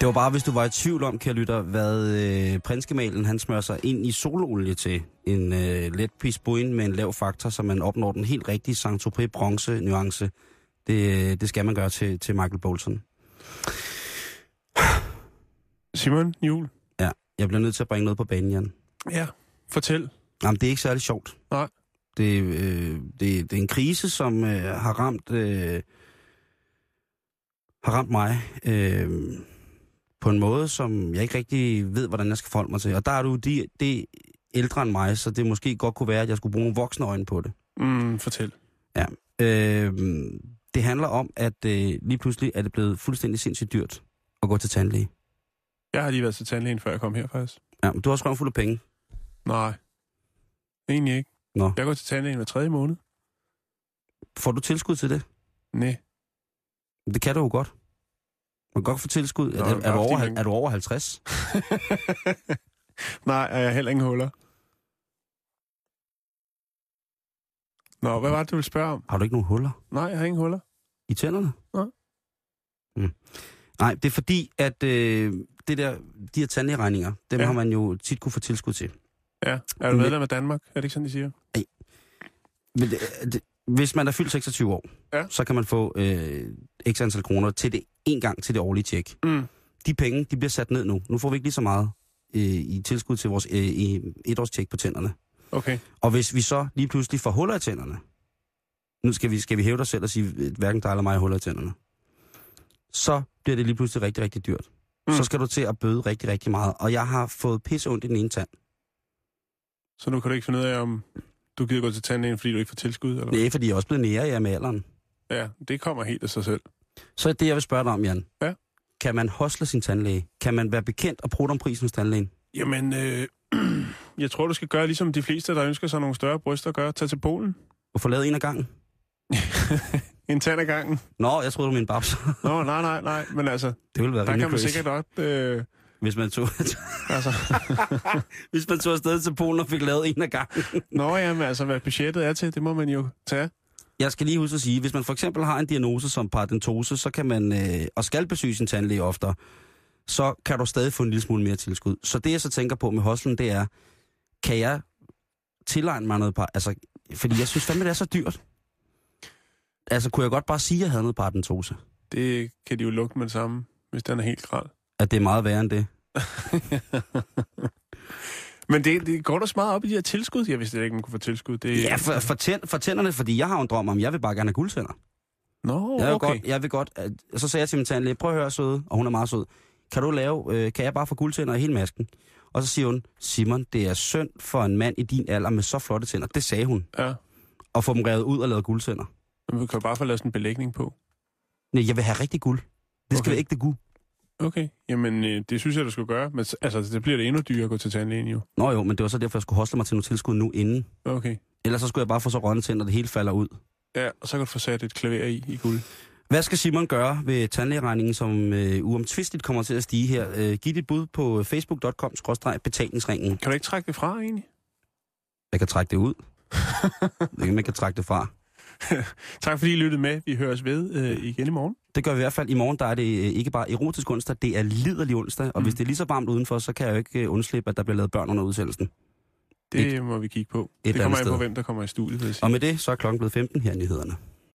S4: Det var bare, hvis du var i tvivl om, kære lytter, hvad øh, prinskemalen han smører sig ind i sololie til. En øh, let pisbuin med en lav faktor, så man opnår den helt rigtige saint bronze nuance. Det, øh, det skal man gøre til, til Michael Bolton.
S5: Simon Jul.
S4: Jeg bliver nødt til at bringe noget på banen, Jan.
S5: Ja. Fortæl.
S4: Jamen, det er ikke særlig sjovt.
S5: Nej.
S4: Det, øh, det, det er en krise, som øh, har ramt øh, har ramt mig øh, på en måde, som jeg ikke rigtig ved, hvordan jeg skal forholde mig til. Og der er du de, det ældre end mig, så det måske godt kunne være, at jeg skulle bruge nogle voksne øjne på det.
S5: Mm, fortæl.
S4: Øh, det handler om, at øh, lige pludselig er det blevet fuldstændig sindssygt dyrt at gå til tandlæge.
S5: Jeg har lige været til tandlægen, før jeg kom her, faktisk.
S4: Ja, men du har også røven fuld af penge.
S5: Nej. Egentlig ikke.
S4: Nå.
S5: Jeg går til tandlægen hver tredje måned.
S4: Får du tilskud til det?
S5: Nej.
S4: Det kan du jo godt. Man kan godt få tilskud.
S5: Nå,
S4: er, er, du
S5: kraftige
S4: over,
S5: mængder.
S4: er du over 50?
S5: Nej, og jeg har heller ingen huller. Nå, hvad var det, du ville spørge om?
S4: Har du ikke nogen huller
S5: Nej, jeg har ingen huller.
S4: i tænderne?
S5: Nej.
S4: Mm. Nej, det er fordi, at øh, det der, de her tandlægeregninger, dem
S5: Ja.
S4: ja. har man jo tit kunne få tilskud til.
S5: Ja. Er
S4: Men-
S5: du medlem af Danmark? Er det ikke sådan, de siger?
S4: Men det, øh, det, hvis man er fyldt 26 år,
S5: Ja.
S4: så kan man få øh, x antal kroner til det en gang til det årlige tjek.
S5: Mm.
S4: De penge, de bliver sat ned nu. Nu får vi ikke lige så meget øh, i tilskud til vores øh, i etårstjek på tænderne.
S5: Okay.
S4: Og hvis vi så lige pludselig får huller i tænderne, nu skal vi, skal vi hæve dig selv og sige, øh, hverken dig eller mig har huller i tænderne, så bliver det lige pludselig rigtig, rigtig dyrt.
S5: Mm.
S4: Mm. Så skal du til at bøde rigtig, rigtig meget. Og jeg har fået pisse ondt i den ene tand.
S5: Så nu kan du ikke finde ud af, om du gider gå til tandlægen, fordi du ikke får tilskud? Eller? hvad?
S4: Det er, fordi jeg er også blevet nære jer med alderen.
S5: Ja, det kommer helt af sig selv.
S4: Så er det, jeg vil spørge dig om, Jan.
S5: Ja.
S4: Kan man hosle sin tandlæge? Kan man være bekendt og bruge om prisen hos tandlægen?
S5: Jamen, øh, jeg tror, du skal gøre ligesom de fleste, der ønsker sig nogle større bryster, gør. Tag til Polen.
S4: Og få lavet en af gangen?
S5: En tand ad gangen.
S4: Nå, jeg troede, du mente babs.
S5: Nå, nej, nej, nej. Men altså,
S4: Det ville være
S5: der kan
S4: rimelig
S5: man
S4: crazy,
S5: sikkert godt... Øh,
S4: hvis man, tog,
S5: altså,
S4: hvis man tog afsted til Polen og fik lavet en af gangen.
S5: nå ja, men altså, hvad budgettet er til, det må man jo tage.
S4: Jeg skal lige huske at sige, hvis man for eksempel har en diagnose som paradentose, så kan man, øh, og skal besøge sin tandlæge oftere, så kan du stadig få en lille smule mere tilskud. Så det, jeg så tænker på med hostlen, det er, kan jeg tilegne mig noget par... Altså, fordi jeg synes fandme, det er så dyrt. Altså, kunne jeg godt bare sige, at jeg havde noget paradentose?
S5: Det kan de jo lukke med det samme, hvis den er helt grad.
S4: At det er meget værre end det.
S5: Men det, det går da så meget op i de her tilskud. Jeg vidste slet ikke, man kunne få tilskud. Det,
S4: Ja, for, for, tænd, for tænderne, fordi jeg har jo en drøm om, jeg vil bare gerne have guldtænder.
S5: Nå,
S4: Jeg vil
S5: Oh, okay.
S4: godt, jeg vil godt at, og så sagde jeg til min tandlæge, prøv at høre søde, og hun er meget sød, kan du lave, øh, kan jeg bare få guldtænder i hele masken? Og så siger hun, Simon, det er synd for en mand i din alder med så flotte tænder. Det sagde hun.
S5: Ja.
S4: Og få dem revet ud og lavet guldtænder.
S5: Men vi kan jo bare få lavet sådan en belægning på.
S4: Nej, jeg vil have rigtig guld. Det skal
S5: Okay.
S4: være ægte guld.
S5: Okay, jamen øh, det synes jeg, du skulle gøre. Men s- altså, det bliver det endnu dyrere at gå til tandlægen jo.
S4: Nå jo, men det var så derfor, jeg skulle hostle mig til nogle tilskud nu inden.
S5: Okay.
S4: Ellers så skulle jeg bare få så rønne tænder, at det hele falder ud.
S5: Ja, og så kan du få sat et klaver i, i guld.
S4: Hvad skal Simon gøre ved tandlægeregningen, som øh, uomtvisteligt kommer til at stige her? Øh, giv dit bud på facebook.com-betalingsringen.
S5: Kan du ikke trække det fra egentlig?
S4: Jeg kan trække det ud. Ikke, Man kan trække det fra.
S5: Tak fordi I lyttede med. Vi høres ved øh, igen i morgen.
S4: Det gør vi i hvert fald. I morgen der er det øh, ikke bare erotisk onsdag, det er liderlig onsdag. Og mm. hvis det er lige så varmt udenfor, så kan jeg jo ikke øh, undslippe, at der bliver lavet børn under udsendelsen.
S5: Det må vi kigge på.
S4: eller
S5: det
S4: andet
S5: kommer an på,
S4: sted.
S5: hvem der kommer i studiet. vil jeg sige.
S4: Og med det, så er klokken blevet 15 her i nyhederne.